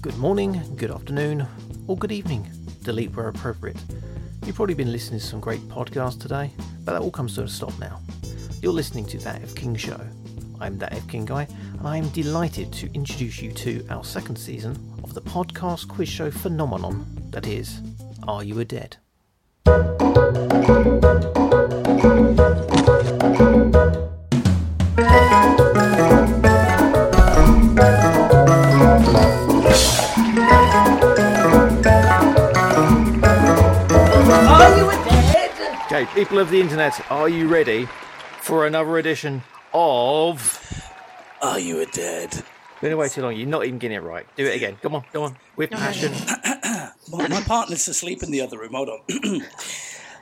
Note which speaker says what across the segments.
Speaker 1: Good morning, good afternoon, or good evening. Delete where appropriate. You've probably been listening to some great podcasts today, but that all comes to a stop now. You're listening to That F King Show. I'm That F King Guy, and I am delighted to introduce you to our second season of the podcast quiz show phenomenon that is, Are You a Dead? Okay, people of the internet, are you ready for another edition of.
Speaker 2: Are Oh, you a dead?
Speaker 1: Been away too long, you're not even getting it right. Do it again. Come on, come on. With passion.
Speaker 2: My, my partner's asleep in the other room. Hold on.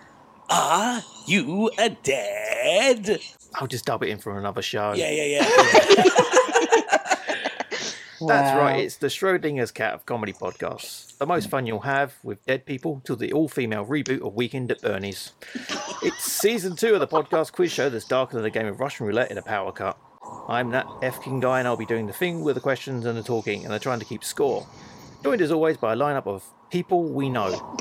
Speaker 2: Are you a dead?
Speaker 1: I'll just dub it in from another show.
Speaker 2: Yeah, yeah, yeah.
Speaker 1: That's
Speaker 3: Wow.
Speaker 1: right. It's the Schrodinger's cat of comedy podcasts. The most fun you'll have with dead people till the all-female reboot of Weekend at Bernie's. It's season two of the podcast quiz show that's darker than a game of Russian roulette in a power cut. I'm that F King guy, and I'll be doing the thing with the questions and the talking and the trying to keep score. Joined as always by a lineup of people we know.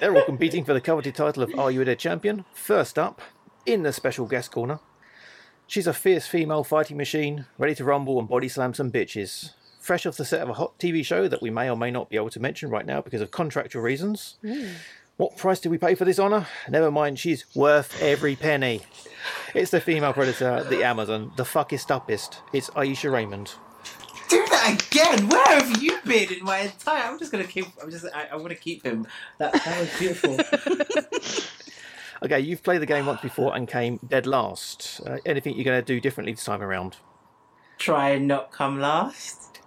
Speaker 1: They're all competing for the coveted title of Are You a Dead Champion? First up, in the special guest corner, She's a fierce female fighting machine, ready to rumble and body slam some bitches. Fresh off the set of a hot TV show that we may or may not be able to mention right now because of contractual reasons. What price did we pay for this honour? Never mind, she's worth every penny. It's the female predator, the Amazon, the fuckist uppist. It's Aisha Raymond.
Speaker 3: Do that again. Where have you been in my entire? I'm just gonna keep. I'm just. I, I want to keep him. That that was beautiful.
Speaker 1: Okay, you've played the game once before and came dead last. Uh, anything you're going to do differently this time around?
Speaker 3: Try and not come last.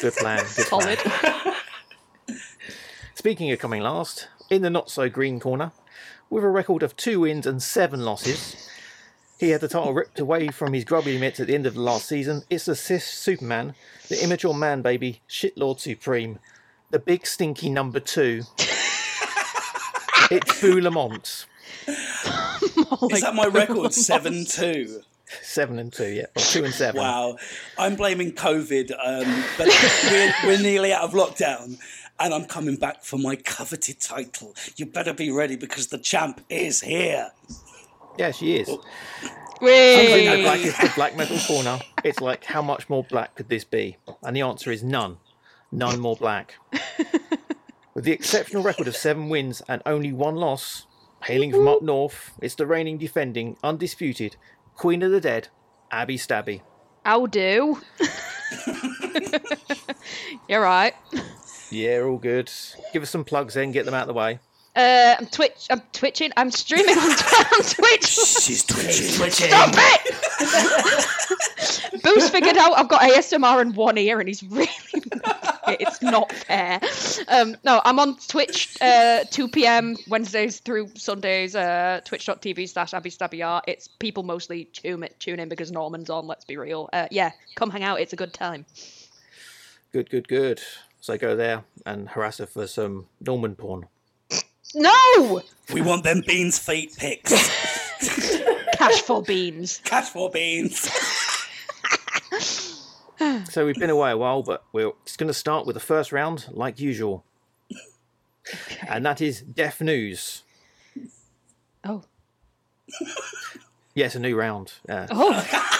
Speaker 1: Good plan. Good plan. Speaking of coming last, in the not so green corner, with a record of two wins and seven losses, he had the title ripped away from his grubby mitts at the end of the last season. It's the Sith Superman, the immature man baby, shitlord supreme, the big stinky number two. it's Boo Lamont,
Speaker 2: Is that my record? Seven two.
Speaker 1: seven and two, yeah, or two and seven.
Speaker 2: Wow. I'm blaming COVID, um, but we're, we're nearly out of lockdown, and I'm coming back for my coveted title. You better be ready because the champ is here.
Speaker 1: Yeah, she is.
Speaker 4: Wait.
Speaker 1: Black is the black metal corner. It's like, how much more black could this be? And the answer is none. None more black. With the exceptional record of seven wins and only one loss, hailing from up north, it's the reigning, defending, undisputed Queen of the Dead, Abby Stabby.
Speaker 4: I'll do. You're right.
Speaker 1: Yeah, all good. Give us some plugs then, get them out of the way.
Speaker 4: Uh, I'm twitch. I'm twitching. I'm streaming on I'm Twitch.
Speaker 2: She's twitching.
Speaker 3: Switching.
Speaker 4: Stop it! Boost figured out I've got ASMR in one ear, and he's really. It's not fair. Um, no, I'm on Twitch, uh, 2 p.m. Wednesdays through Sundays. Uh, Twitch.tv slash Abby Stabby R. It's people mostly tune tune in because Norman's on. Let's be real. Uh, yeah, come hang out. It's a good time.
Speaker 1: Good, good, good. So go there and harass her for some Norman porn.
Speaker 4: No!
Speaker 2: We want them beans feet picks.
Speaker 4: Cash for beans.
Speaker 2: Cash for beans.
Speaker 1: So we've been away a while, but we're just going to start with the first round, like usual. And that is Deaf News.
Speaker 4: Oh.
Speaker 1: Yes, a new round. Uh,
Speaker 4: Oh.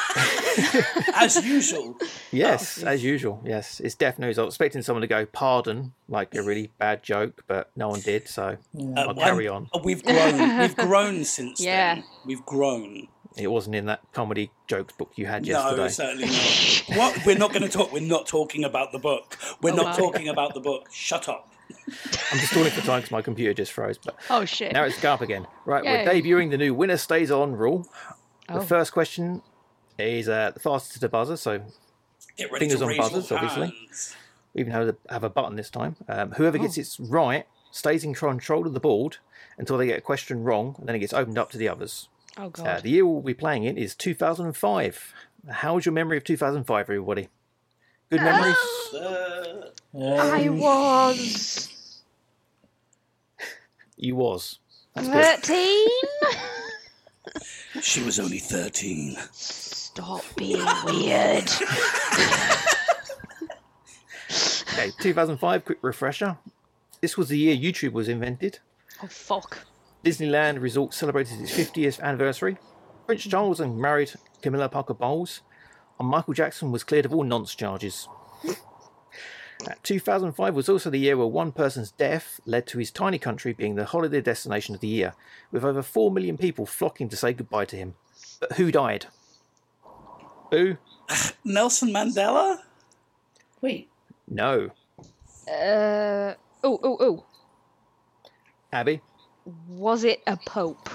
Speaker 2: As usual.
Speaker 1: Yes, as usual. Yes, it's Deaf News. I was expecting someone to go, pardon, like a really bad joke, but no one did, so
Speaker 2: Uh,
Speaker 1: I'll
Speaker 2: well,
Speaker 1: carry on.
Speaker 2: We've grown. We've grown since
Speaker 4: Yeah.
Speaker 2: then. We've grown.
Speaker 1: It wasn't in that comedy jokes book you had
Speaker 2: No,
Speaker 1: yesterday.
Speaker 2: certainly not. what we're not going to talk. We're not talking about the book. We're not
Speaker 4: Oh, wow.
Speaker 2: talking about the book. Shut up.
Speaker 1: I'm just stalling for time because my computer just froze, but
Speaker 4: Oh, shit.
Speaker 1: now it's up again. Right, we're
Speaker 4: Yay.
Speaker 1: debuting the new winner stays on rule. The
Speaker 4: Oh.
Speaker 1: first question is uh, the fastest to the buzzer, so
Speaker 2: Get ready
Speaker 1: Fingers
Speaker 2: to
Speaker 1: on
Speaker 2: raise your
Speaker 1: buzzers, obviously.
Speaker 2: hands.
Speaker 1: we even have a, have a button this time. Um, whoever gets it right stays in control of the board until they get a question wrong, and then it gets opened up to the others.
Speaker 4: Oh,
Speaker 1: Uh,
Speaker 4: God.
Speaker 1: the year we'll be playing in is 2005. How's your memory of 2005, everybody? Good memories?
Speaker 2: Uh,
Speaker 4: I
Speaker 3: Um,
Speaker 4: was
Speaker 1: You was. That's good.
Speaker 4: 13?
Speaker 2: she was only thirteen.
Speaker 4: Stop being weird.
Speaker 1: Okay, 2005, quick refresher. This was the year YouTube was invented.
Speaker 4: Oh fuck.
Speaker 1: Disneyland Resort celebrated its 50th anniversary. Prince Charles and married Camilla Parker Bowles, and Michael Jackson was cleared of all nonce charges. Uh, 2005 was also the year where one person's death led to his tiny country being the holiday destination of the year, with over 4 million people flocking to say goodbye to him. But who died? Who?
Speaker 2: Nelson Mandela?
Speaker 3: Wait.
Speaker 1: No.
Speaker 4: Uh. Oh oh oh.
Speaker 1: Abby?
Speaker 4: Was it a pope?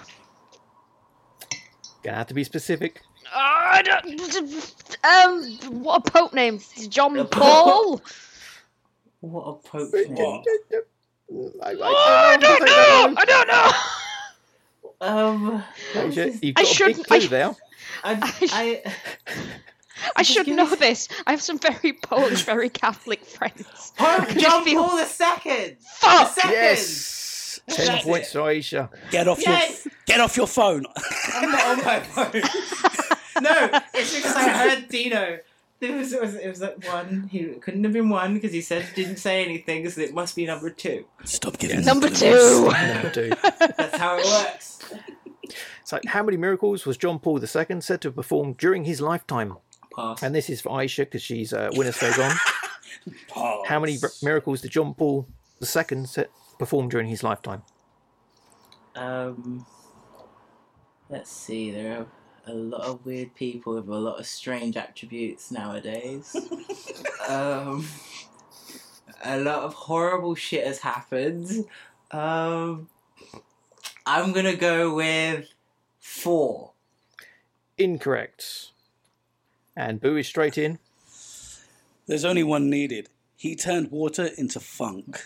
Speaker 1: Gonna have to be specific.
Speaker 4: Ah, I don't. Um. What a pope name? John Paul.
Speaker 3: What a pope.
Speaker 2: What?
Speaker 1: I, I,
Speaker 4: Oh, I don't know. I don't know.
Speaker 3: Um,
Speaker 1: You've got a
Speaker 4: I
Speaker 1: big
Speaker 4: shouldn't-
Speaker 1: clue
Speaker 4: I-
Speaker 1: there.
Speaker 3: I, I,
Speaker 4: I should
Speaker 3: give
Speaker 4: know
Speaker 3: me-
Speaker 4: this. I have some very Polish, very Catholic friends.
Speaker 3: Pope
Speaker 4: just
Speaker 3: John
Speaker 4: feel-
Speaker 3: Paul the second. The
Speaker 4: Fuck.
Speaker 3: second.
Speaker 1: Yes! 10
Speaker 2: That's
Speaker 1: points to Aisha.
Speaker 2: Get off
Speaker 3: Yes.
Speaker 2: your get off your phone.
Speaker 3: I'm not on my phone. no, it's because I heard Dino. It was, it was, it was like one. He it couldn't have been one because he said didn't say anything, so it must be number two.
Speaker 2: Stop giving me
Speaker 4: Number
Speaker 2: clues.
Speaker 4: two.
Speaker 1: Number two.
Speaker 3: That's how it works.
Speaker 1: So, how many miracles was John Paul II said to have performed during his lifetime?
Speaker 3: Pass.
Speaker 1: And this is for Aisha because she's uh, winner stays on.
Speaker 2: Oh,
Speaker 1: How many r- miracles did John Paul II set, perform during his lifetime?
Speaker 3: Um, let's see. There are a lot of weird people with a lot of strange attributes nowadays. um, a lot of horrible shit has happened. Um, I'm gonna go with four.
Speaker 1: Incorrect. And Boo is straight in.
Speaker 2: There's only one needed. He turned water into funk.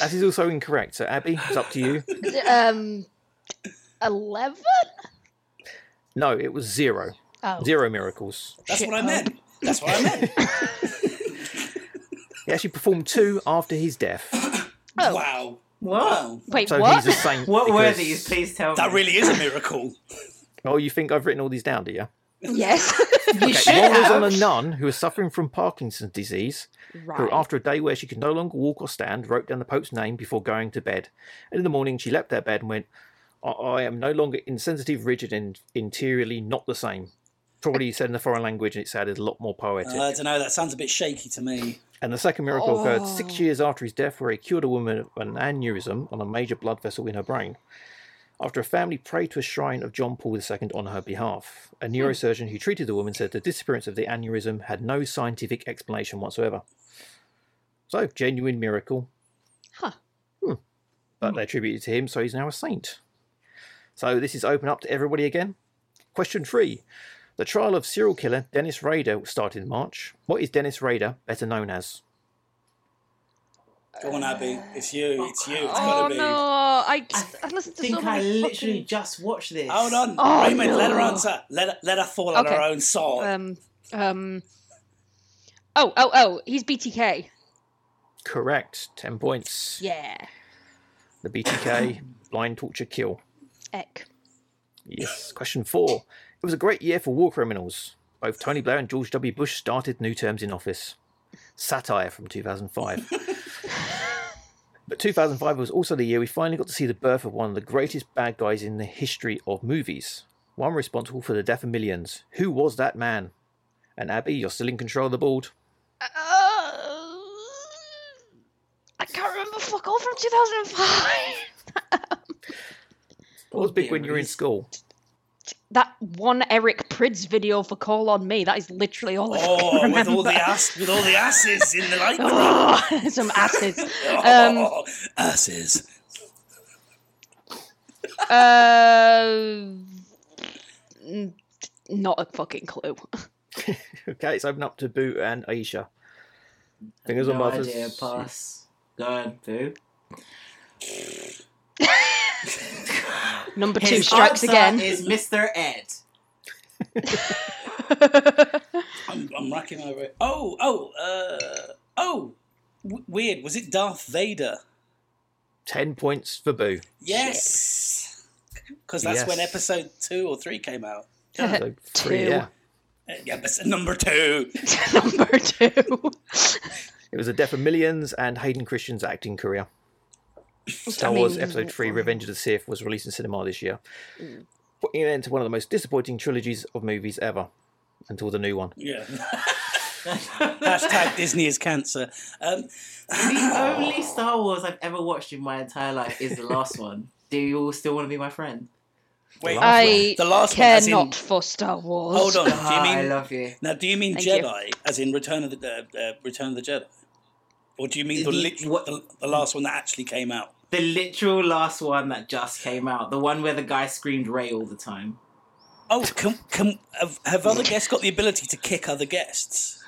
Speaker 1: That is also incorrect. So, Abby, it's up to you.
Speaker 4: Um. Eleven.
Speaker 1: No, it was zero.
Speaker 4: Oh.
Speaker 1: Zero miracles.
Speaker 2: That's
Speaker 4: Shit,
Speaker 2: what I
Speaker 4: oh.
Speaker 2: meant. That's what I meant.
Speaker 1: He actually performed two after his death.
Speaker 4: Oh.
Speaker 2: Wow.
Speaker 3: Wow.
Speaker 2: Wow.
Speaker 4: Wait.
Speaker 1: So
Speaker 4: what?
Speaker 1: he's a saint.
Speaker 3: What were
Speaker 1: because-
Speaker 3: these? Please tell
Speaker 2: That
Speaker 3: me.
Speaker 2: really is a miracle.
Speaker 1: Oh, you think I've written all these down, do you?
Speaker 4: Yes.
Speaker 3: you should
Speaker 1: One was on
Speaker 3: have.
Speaker 1: a nun who was suffering from Parkinson's disease, who,
Speaker 4: right.
Speaker 1: after a day where she could no longer walk or stand, wrote down the Pope's name before going to bed. And in the morning, she leapt out of bed and went, I, I am no longer insensitive, rigid, and interiorly not the same. Probably said in a foreign language, and it sounded a lot more poetic.
Speaker 2: Uh, I don't know. That sounds a bit shaky to me.
Speaker 1: and the second miracle occurred six
Speaker 4: Oh.
Speaker 1: years after his death, where he cured a woman of an aneurysm on a major blood vessel in her brain. After a family prayed to a shrine of John Paul II on her behalf, a
Speaker 4: Hmm.
Speaker 1: neurosurgeon who treated the woman said the disappearance of the aneurysm had no scientific explanation whatsoever. So, genuine miracle.
Speaker 4: Huh.
Speaker 1: Hmm. But they attributed it to him, so he's now a saint. So, this is open up to everybody again. Question three The trial of serial killer Dennis Rader started in March. What is Dennis Rader better known as?
Speaker 2: Go on, Abby. It's you. It's you. It's
Speaker 4: Oh
Speaker 2: gotta be.
Speaker 4: no! I, I listened
Speaker 3: I
Speaker 4: to so
Speaker 3: think I
Speaker 4: many
Speaker 3: literally
Speaker 4: fucking-
Speaker 3: just watched this.
Speaker 2: Hold on,
Speaker 4: Oh,
Speaker 2: Raymond. Let her
Speaker 4: no.
Speaker 2: answer. Let her, let her fall on
Speaker 4: Okay.
Speaker 2: her own sword.
Speaker 4: Um. Um. Oh oh oh! He's BTK.
Speaker 1: Correct. 10 points.
Speaker 4: Yeah.
Speaker 1: The BTK, blind torture kill.
Speaker 4: Eck.
Speaker 1: Yes. Question four. It was a great year for war criminals. Both Tony Blair and George W. Bush started new terms in office. Satire from 2005. but 2005 was also the year we finally got to see the birth of one of the greatest bad guys in the history of movies. One responsible for the death of millions. Who was that man? And Abby, you're still in control of the board.
Speaker 4: Uh, I can't remember fuck all from 2005.
Speaker 1: What was big when you were in school?
Speaker 4: that one Eric Prids video for Call on Me. That is literally all I
Speaker 2: oh,
Speaker 4: remember.
Speaker 2: with all the ass, with all the asses in the light.
Speaker 4: Ugh, some asses. Um,
Speaker 2: Oh, asses.
Speaker 4: uh, n- not a fucking clue.
Speaker 1: Okay, it's open up to Boo and Aisha. Fingers on
Speaker 3: No
Speaker 1: buzzers.
Speaker 3: idea. Pass. Go on, boo.
Speaker 4: Number two
Speaker 3: His
Speaker 4: strikes
Speaker 3: answer
Speaker 4: again.
Speaker 3: Is Mr. Ed?
Speaker 2: I'm, I'm racking my brain. Oh, oh, uh, oh. W- weird. Was it Darth Vader?
Speaker 1: 10 points for Boo.
Speaker 2: Yes. Because that's
Speaker 1: Yes.
Speaker 2: when episode two or three came out.
Speaker 1: So three,
Speaker 4: Two.
Speaker 1: yeah.
Speaker 2: Yeah, but it's number two.
Speaker 4: Number two.
Speaker 1: It was a death of millions and Hayden Christian's acting career. Star
Speaker 4: I
Speaker 1: Wars
Speaker 4: mean,
Speaker 1: Episode 3 Revenge of the Sith was released in cinema this year,
Speaker 4: Mm.
Speaker 1: putting an end to one of the most disappointing trilogies of movies ever. Until the new one.
Speaker 2: Yeah. Hashtag Disney is cancer. Um,
Speaker 3: The only Star Wars I've ever watched in my entire life is the last one. Do you all still want to be my friend?
Speaker 2: wait,
Speaker 1: last
Speaker 4: I
Speaker 2: the last one,
Speaker 4: care
Speaker 2: as in-
Speaker 4: not for Star Wars.
Speaker 2: hold on. Do
Speaker 3: Ah,
Speaker 2: you
Speaker 3: I
Speaker 2: mean
Speaker 3: love you.
Speaker 2: now? Do you mean
Speaker 4: Thank you.
Speaker 2: Jedi, as in Return of the uh, uh, Return of the Jedi, or do you mean the,
Speaker 3: The-
Speaker 2: lit-
Speaker 3: what-
Speaker 2: the, the last one that actually came out?
Speaker 3: The literal last one that just came out. The one where the guy screamed Ray all the time.
Speaker 2: Oh, can, can, have, have other guests got the ability to kick other guests?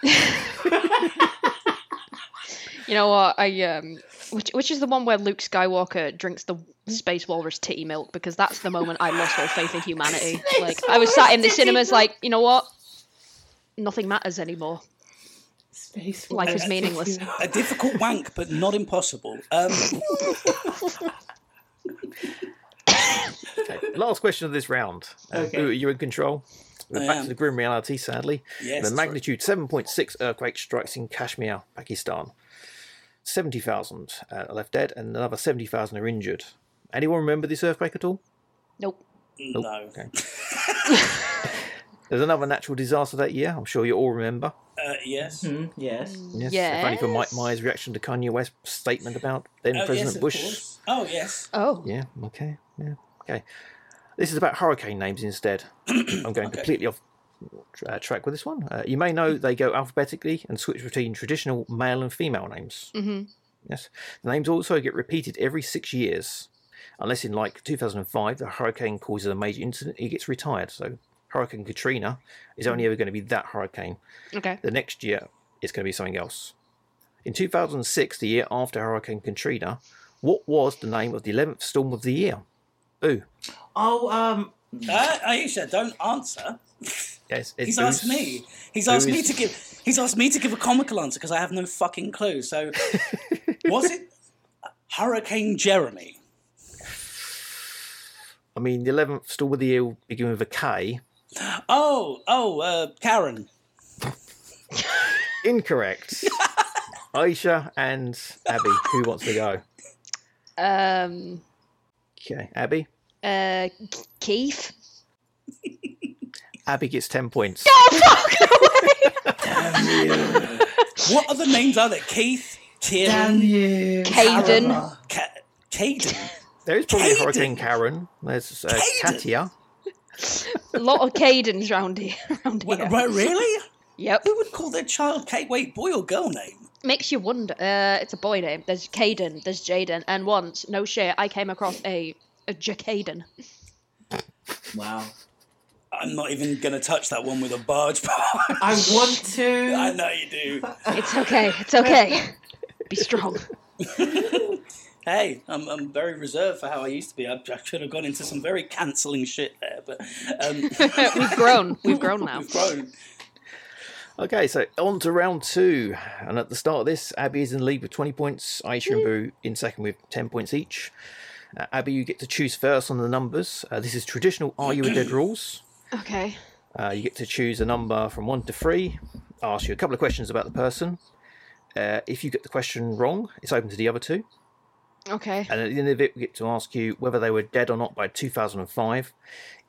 Speaker 4: You know what? I um, which which is the one where Luke Skywalker drinks the space walrus titty milk because that's the moment I lost all faith in humanity. Like I was sat in the cinemas, like you know what? Nothing matters anymore.
Speaker 3: Space
Speaker 4: Life is meaningless.
Speaker 2: A difficult wank, but not impossible. Um,
Speaker 1: Okay, last question of this round. Um,
Speaker 3: Okay.
Speaker 1: Boo, are you in control? We're
Speaker 2: I
Speaker 1: back
Speaker 2: am.
Speaker 1: to the grim reality, sadly.
Speaker 2: Yes, that's
Speaker 1: the
Speaker 2: right.
Speaker 1: magnitude 7.6 earthquake strikes in Kashmir, Pakistan. 70,000 uh, are left dead and another 70,000 are injured. Anyone remember this earthquake at all?
Speaker 4: Nope.
Speaker 2: no.
Speaker 1: Oh, Okay. There's another natural disaster that year, I'm sure you all remember.
Speaker 2: Uh, yes.
Speaker 3: Hmm, yes.
Speaker 4: Mm.
Speaker 1: Yes. If only for Mike
Speaker 4: Yes.
Speaker 1: Myers' reaction to Kanye West's statement about then
Speaker 2: Oh, yes,
Speaker 1: President
Speaker 2: of
Speaker 1: Bush.
Speaker 2: course. Oh, yes.
Speaker 4: Oh,
Speaker 1: Yeah, okay. Yeah, okay. This is about hurricane names instead. I'm going completely off tr- uh, track with this one. Uh, you may know they go alphabetically and switch between traditional male and female names. Mm-hmm. Yes. The names also get repeated every six years. Unless in like 2005, the hurricane causes a major incident, it gets retired. So Hurricane Katrina is only ever going to be that hurricane.
Speaker 4: okay.
Speaker 1: The next year, it's going to be something else. In 2006, the year after Hurricane Katrina, what was the name of the 11th storm of the year? Boo.
Speaker 3: Oh, um,
Speaker 2: Uh, Aisha, don't answer.
Speaker 1: Yes, it's
Speaker 2: He's
Speaker 1: Boo's-
Speaker 2: asked me. He's asked me
Speaker 1: is-
Speaker 2: to give. He's asked me to give a comical answer because I have no fucking clue. So, was it Hurricane Jeremy?
Speaker 1: I mean, the 11th storm of the year will begin with a K.
Speaker 2: Oh, oh, uh, Karen.
Speaker 1: Incorrect. Aisha and Abby, who wants to go?
Speaker 4: Um,
Speaker 1: Okay, Abby.
Speaker 4: uh, Keith.
Speaker 1: Abby gets 10 points.
Speaker 4: Oh,
Speaker 2: What other names are there? Keith, Kieran,
Speaker 3: damn you.
Speaker 4: Caden.
Speaker 2: Ca- Caden.
Speaker 1: There is probably a
Speaker 2: Caden.
Speaker 1: Hurricane Karen. There's uh,
Speaker 2: Caden.
Speaker 1: Katia.
Speaker 4: A lot of Cadens round here. Round
Speaker 2: Wait,
Speaker 4: here.
Speaker 2: wait, really?
Speaker 4: Yep.
Speaker 2: Who would call their child Kate? Wait, boy or girl name?
Speaker 4: Makes you wonder. Uh, it's a boy name. There's Caden. There's Jaden. And once, no shit, I came across a a Jacaden.
Speaker 3: Wow.
Speaker 2: I'm not even gonna touch that one with a barge pole.
Speaker 3: I want
Speaker 2: I
Speaker 3: to.
Speaker 2: know you do.
Speaker 4: It's okay. It's okay. Be strong.
Speaker 2: Hey, I'm, I'm very reserved for how I used to be. I, I should have gone into some very cancelling shit there, but um,
Speaker 4: We've grown. We've grown now.
Speaker 2: we've grown.
Speaker 1: Okay, so on to round two. And at the start of this, Abby is in the lead with 20 points, Aisha and Boo in second with 10 points each. Uh, Abby, you get to choose first on the numbers. Uh, this is traditional Are You a Dead rules.
Speaker 4: Okay.
Speaker 1: Uh, you get to choose a number from one to three, ask you a couple of questions about the person. Uh, if you get the question wrong, it's open to the other two.
Speaker 4: Okay.
Speaker 1: And at the end of it, we get to ask you whether they were dead or not by 2005.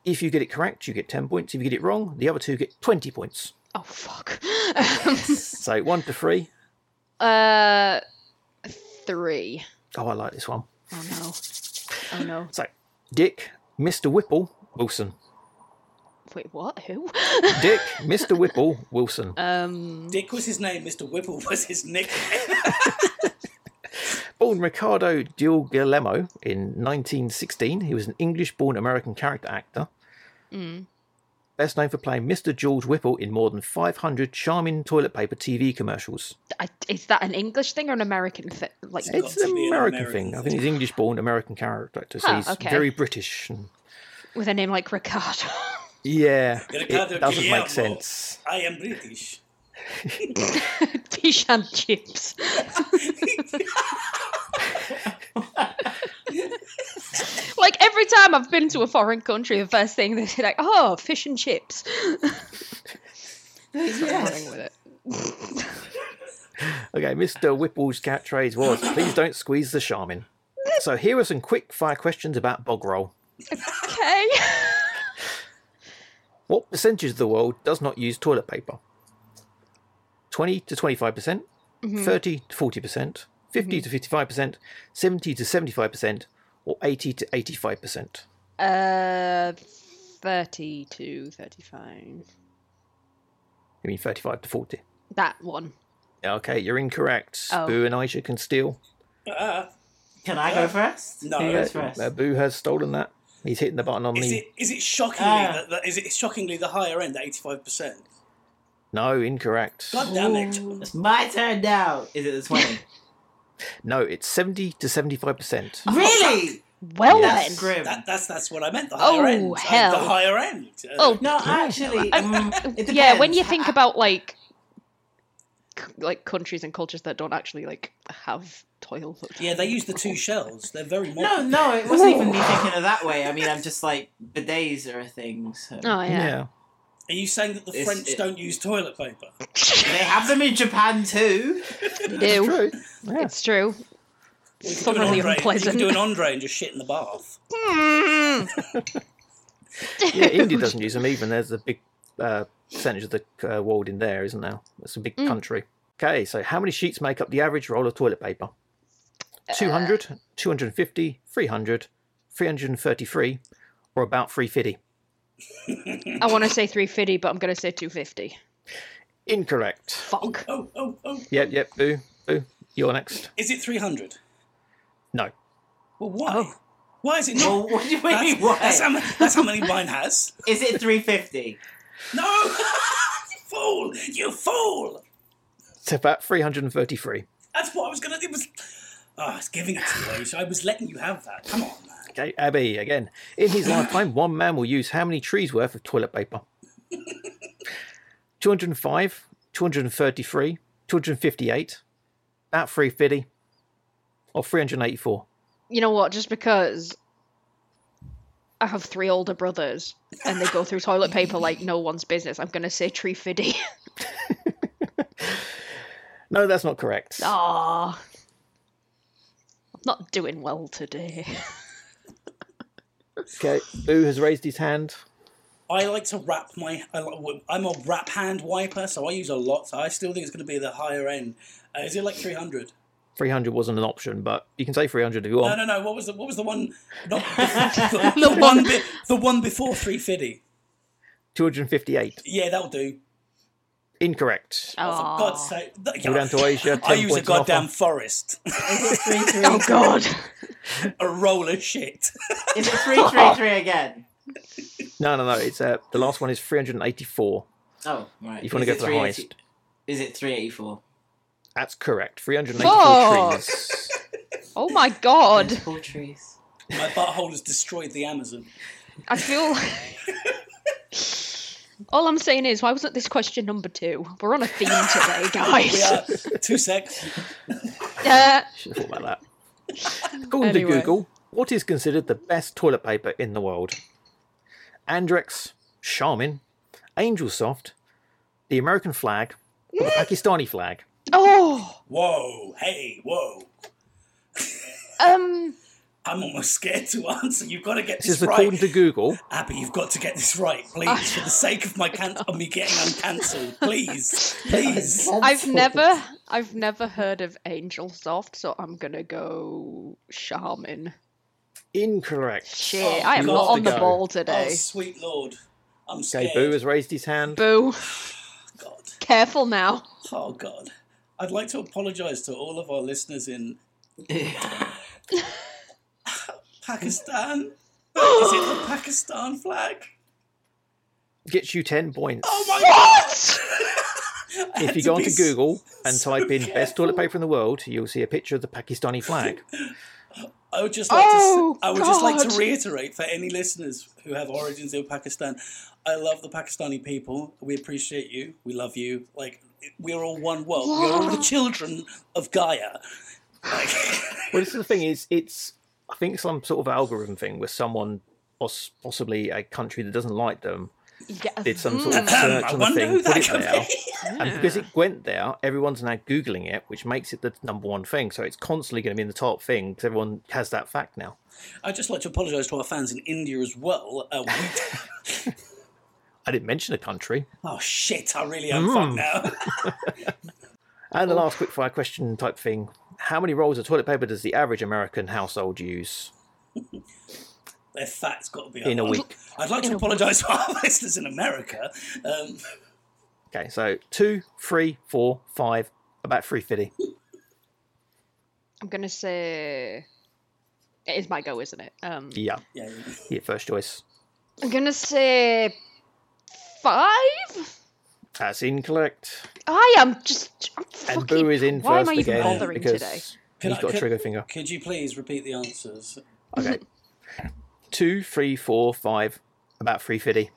Speaker 1: If you get it correct, you get 10 points. If you get it wrong, the other two get 20 points.
Speaker 4: Oh fuck.
Speaker 1: So one to three.
Speaker 4: uh, three.
Speaker 1: Oh, I like this one.
Speaker 4: Oh no. Oh no.
Speaker 1: So, Dick, Mr. Whipple, Wilson.
Speaker 4: Wait, what? Who?
Speaker 1: Dick, Mr. Whipple, Wilson.
Speaker 4: um.
Speaker 2: Dick was his name. Mr. Whipple was his nickname.
Speaker 1: Born Ricardo Gil Guillermo in 1916, he was an English born American character actor. Mm. Best known for playing Mr. George Whipple in more than 500 charming toilet paper TV commercials.
Speaker 4: I, is that an English thing or an American thing? Like,
Speaker 2: It's
Speaker 1: It's
Speaker 2: got
Speaker 1: an
Speaker 2: to be an
Speaker 1: American
Speaker 2: American
Speaker 1: thing. I
Speaker 2: thing.
Speaker 1: think he's English born American character actor, so
Speaker 4: Huh,
Speaker 1: he's
Speaker 4: okay.
Speaker 1: very British. and-
Speaker 4: with a name like Ricardo.
Speaker 1: yeah,
Speaker 2: Ricardo
Speaker 1: it doesn't
Speaker 2: Guillermo.
Speaker 1: make sense.
Speaker 2: I am British.
Speaker 4: Fish and chips. like every time I've been to a foreign country, the first thing they say like, "Oh, fish and chips." He's not
Speaker 2: Yes.
Speaker 4: running with it.
Speaker 1: Okay, Mr. Whipple's catchphrase was, please don't squeeze the shaman. So here are some quick fire questions about bog roll.
Speaker 4: Okay.
Speaker 1: What percentage of the world does not use toilet paper? 20 to 25%, percent
Speaker 4: Mm-hmm.
Speaker 1: 30 to 40%, 50 to 55%, 70 to 75%, or 80 to 85%.
Speaker 4: Uh, 30 to 35.
Speaker 1: You mean 35 to 40?
Speaker 4: That one.
Speaker 1: Okay, you're incorrect.
Speaker 4: Oh.
Speaker 1: Boo and Aisha can steal.
Speaker 2: Uh,
Speaker 3: Can I go first?
Speaker 2: No.
Speaker 3: Who goes
Speaker 1: Uh,
Speaker 3: first?
Speaker 1: Boo has stolen that. He's hitting the button on
Speaker 2: Is
Speaker 1: the.
Speaker 2: it is it shockingly
Speaker 3: Ah.
Speaker 2: that, that is it shockingly the higher end at eighty five percent?
Speaker 1: No, incorrect.
Speaker 2: God damn it!
Speaker 3: It's my turn now. Is it the twenty?
Speaker 1: No, it's 70 to 75%.
Speaker 3: really?
Speaker 4: Well
Speaker 1: Yes.
Speaker 4: Oh, then.
Speaker 3: Grim.
Speaker 2: That, that's that's what I meant. The higher
Speaker 4: Oh,
Speaker 2: end. uh,
Speaker 4: hell.
Speaker 2: The higher end. Uh,
Speaker 4: Oh,
Speaker 3: No, actually, um, it
Speaker 4: yeah, when
Speaker 3: depends.
Speaker 4: you think about like c- like countries and cultures that don't actually like have toilet.
Speaker 2: Yeah, they use the two shells. They're very modern.
Speaker 3: No, no, it wasn't even me thinking of that way. I mean, I'm just like bidets are a thing. So.
Speaker 4: Oh yeah.
Speaker 1: yeah.
Speaker 2: Are you saying that the
Speaker 3: It's-
Speaker 2: French
Speaker 3: it-
Speaker 2: don't use toilet paper?
Speaker 3: They have them in Japan too.
Speaker 4: Ew.
Speaker 1: True. Yeah.
Speaker 4: It's true.
Speaker 2: You could do an
Speaker 4: Thoroughly
Speaker 2: Andre- You
Speaker 4: unpleasant.
Speaker 2: could do an Andre and just shit in the bath.
Speaker 1: yeah, India doesn't use them even. There's a big uh, percentage of the uh, world in there, isn't there? It's a big country. Okay, so how many sheets make up the average roll of toilet paper? 200, 250, 300, 333, or about 350?
Speaker 4: I want to say 350, but I'm going to say 250.
Speaker 1: Incorrect.
Speaker 4: Fuck.
Speaker 2: Oh, oh, oh.
Speaker 1: Yep, yep, boo, boo. You're next.
Speaker 2: Is it 300?
Speaker 1: No.
Speaker 2: Well, why?
Speaker 4: Oh.
Speaker 2: Why is it
Speaker 3: Well,
Speaker 2: not?
Speaker 3: what do you
Speaker 2: That's,
Speaker 3: mean? Why?
Speaker 2: that's how, ma- that's how many mine has.
Speaker 3: Is it 350?
Speaker 2: No! fool! You fool!
Speaker 1: It's about 333.
Speaker 2: That's what I was going to do. Was... Oh, I was giving it to you, Aisha. I was letting you have that. Come on, man.
Speaker 1: Okay, Abby, again. In his lifetime, one man will use how many trees worth of toilet paper? 205, 233, 258, about 350, or 384.
Speaker 4: You know what? Just because I have three older brothers and they go through toilet paper like no one's business, I'm going to say 350.
Speaker 1: No, that's not correct.
Speaker 4: Ah. I'm not doing well today.
Speaker 1: Okay, Boo has raised his hand.
Speaker 2: I like to wrap my. I, li- I'm a wrap hand wiper, so I use a lot. So I still think it's going to be the higher end. Uh, is it like 300?
Speaker 1: 300 wasn't an option, but you can say 300 if you
Speaker 2: No,
Speaker 1: want.
Speaker 2: no, no. What was the what was the one? Not the, the one. Be, the one before 350.
Speaker 1: 258.
Speaker 2: Yeah, that'll do.
Speaker 1: Incorrect.
Speaker 2: Oh, for God's sake!
Speaker 1: Go down to Asia. 10
Speaker 2: I use a
Speaker 1: points on
Speaker 2: goddamn
Speaker 1: offer.
Speaker 2: forest.
Speaker 3: Is it 333?
Speaker 4: Oh, God.
Speaker 2: a roll of shit.
Speaker 3: Is it 333 again?
Speaker 1: No, no, no. It's uh, The last one is 384.
Speaker 3: Oh, right.
Speaker 1: If you want to
Speaker 3: Is
Speaker 1: go for the
Speaker 3: it
Speaker 1: highest.
Speaker 3: 380 Is it 384?
Speaker 1: That's correct. 384
Speaker 4: Fuck.
Speaker 1: trees.
Speaker 4: Oh, my God.
Speaker 3: Multiple trees.
Speaker 2: My butthole has destroyed the Amazon.
Speaker 4: I feel. All I'm saying is, why wasn't this question number two? We're on a theme today,
Speaker 2: We
Speaker 4: guys.
Speaker 2: are two secs.
Speaker 4: Uh,
Speaker 1: Should have thought about that. According to
Speaker 4: Anyway.
Speaker 1: Google, what is considered the best toilet paper in the world? Andrex, Charmin, Angelsoft, the American flag, or the Pakistani flag.
Speaker 4: oh,
Speaker 2: Whoa, hey, whoa.
Speaker 4: um,
Speaker 2: I'm almost scared to answer. You've got to get
Speaker 1: This
Speaker 2: this
Speaker 1: is according
Speaker 2: right.
Speaker 1: to Google.
Speaker 2: Abby, you've got to get this right, please, for the sake of my can- of me getting uncancelled. Please, please.
Speaker 4: I've never, I've never heard of Angel Soft, so I'm gonna go Charmin.
Speaker 1: Incorrect.
Speaker 4: Shit,
Speaker 2: Oh,
Speaker 4: I am
Speaker 2: God.
Speaker 4: not on the
Speaker 1: Go.
Speaker 4: ball
Speaker 2: Oh,
Speaker 4: today.
Speaker 2: sweet lord. I'm scared.
Speaker 1: Okay, Boo has raised his hand.
Speaker 4: Boo,
Speaker 2: God.
Speaker 4: careful now.
Speaker 2: Oh, God. I'd like to apologise to all of our listeners in Pakistan. Is it the Pakistan flag?
Speaker 1: Gets you 10 points.
Speaker 2: Oh, my
Speaker 4: What?
Speaker 2: God. I had
Speaker 1: if you
Speaker 2: to
Speaker 1: go
Speaker 2: be
Speaker 1: onto
Speaker 2: s-
Speaker 1: Google and
Speaker 2: so
Speaker 1: type in best
Speaker 2: careful.
Speaker 1: toilet paper in the world, you'll see a picture of the Pakistani flag.
Speaker 2: I would just like
Speaker 4: Oh,
Speaker 2: to. s- I would just like
Speaker 4: God.
Speaker 2: to reiterate for any listeners who have origins in Pakistan. I love the Pakistani people. We appreciate you. We love you. Like we're all one world. We're all the children of Gaia. Like,
Speaker 1: Well, this is the thing is it's I think some sort of algorithm thing where someone poss- possibly a country that doesn't like them
Speaker 4: You get a
Speaker 1: did some sort
Speaker 4: Mm.
Speaker 1: of search
Speaker 2: Um, I
Speaker 1: on the
Speaker 2: wonder
Speaker 1: thing,
Speaker 2: who
Speaker 1: put
Speaker 2: that
Speaker 1: it
Speaker 2: could
Speaker 1: there,
Speaker 2: be.
Speaker 1: and because it went there, everyone's now googling it, which makes it the number one thing. So it's constantly going to be in the top thing because everyone has that fact now.
Speaker 2: I'd just like to apologise to our fans in India as well. Uh, we-
Speaker 1: I didn't mention a country.
Speaker 2: oh shit! I really am
Speaker 1: Mm.
Speaker 2: fucked now.
Speaker 1: And the
Speaker 2: Oh.
Speaker 1: last quickfire question type thing: How many rolls of toilet paper does the average American household use
Speaker 2: Their fat's got to be up
Speaker 1: in a
Speaker 2: there.
Speaker 1: week?
Speaker 2: I'd like
Speaker 4: In
Speaker 2: to
Speaker 4: a
Speaker 2: apologise to our listeners in America. Um,
Speaker 1: Okay, so two, three, four, five, about three fifty.
Speaker 4: I'm gonna say it is my go, isn't it? Um,
Speaker 1: Yeah,
Speaker 2: yeah,
Speaker 1: yeah, first choice.
Speaker 4: I'm gonna say five.
Speaker 1: That's incorrect.
Speaker 4: I am just. I'm
Speaker 1: And
Speaker 4: fucking-
Speaker 1: Boo is in
Speaker 4: Why
Speaker 1: first
Speaker 4: am I even
Speaker 1: again
Speaker 4: bothering
Speaker 1: because
Speaker 4: today?
Speaker 2: Can
Speaker 1: he's
Speaker 2: I-
Speaker 1: got a
Speaker 2: can-
Speaker 1: trigger finger.
Speaker 2: could you please repeat the answers?
Speaker 1: Okay, two, three, four, five, about three fifty.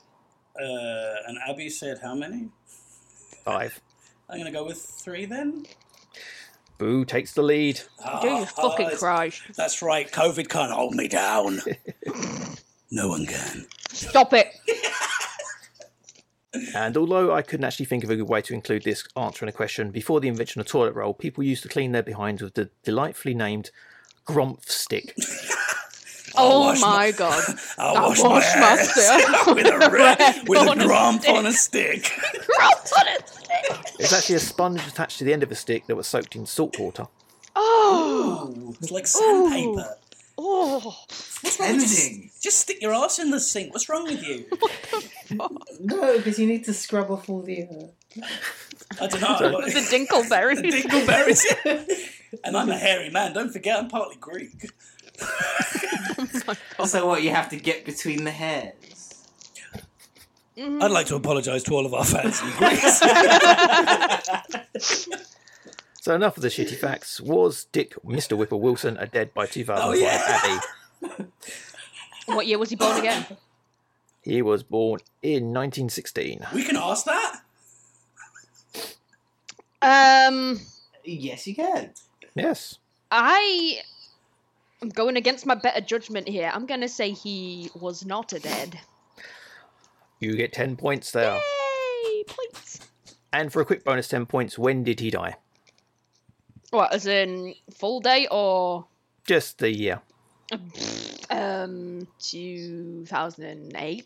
Speaker 2: Uh, and Abby said how many?
Speaker 1: Five.
Speaker 2: I'm going to go with three then.
Speaker 1: Boo takes the lead.
Speaker 4: Jesus fucking
Speaker 2: it's-
Speaker 4: Christ!
Speaker 2: ah, That's right. COVID can't hold me down. no one can.
Speaker 4: Stop it.
Speaker 1: And although I couldn't actually think of a good way to include this answer in a question, before the invention of toilet roll, people used to clean their behinds with the delightfully named Gromp stick.
Speaker 2: I'll
Speaker 4: Oh
Speaker 2: wash
Speaker 4: my god.
Speaker 2: I'll
Speaker 4: I
Speaker 2: wash,
Speaker 4: wash
Speaker 2: my ass
Speaker 4: myself
Speaker 2: with a red, with
Speaker 4: on
Speaker 2: a
Speaker 4: a
Speaker 2: grump on a stick.
Speaker 4: Gross, honestly.
Speaker 1: It's actually a sponge attached to the end of a stick that was soaked in salt water.
Speaker 4: Oh,
Speaker 2: Ooh, it's like sandpaper.
Speaker 4: oh.
Speaker 2: What's wrong with
Speaker 3: Ending.
Speaker 2: just, just stick your ass in the sink. What's wrong with you?
Speaker 3: No, because you need to scrub off all the. Uh...
Speaker 2: I don't know.
Speaker 4: The Dinkleberry.
Speaker 2: Dingleberries. and I'm a hairy man. Don't forget, I'm partly Greek.
Speaker 3: So what? You have to get between the hairs.
Speaker 4: Mhm.
Speaker 2: I'd like to apologise to all of our fans in Greece.
Speaker 1: So enough of the shitty facts. Was Dick Mr. Whipple Wilson a dead by 2005
Speaker 2: Oh, yeah.
Speaker 1: Abbey?
Speaker 4: What year was he born again?
Speaker 1: He was born in 1916.
Speaker 2: we can ask that.
Speaker 4: Um,
Speaker 3: Yes, you can.
Speaker 1: Yes.
Speaker 4: I am going against my better judgment here. I'm gonna say he was not a dead.
Speaker 1: You get 10 points there.
Speaker 4: Yay, points.
Speaker 1: And for a quick bonus 10 points, when did he die?
Speaker 4: What, as in full day or
Speaker 1: Just the year.
Speaker 4: um 2008?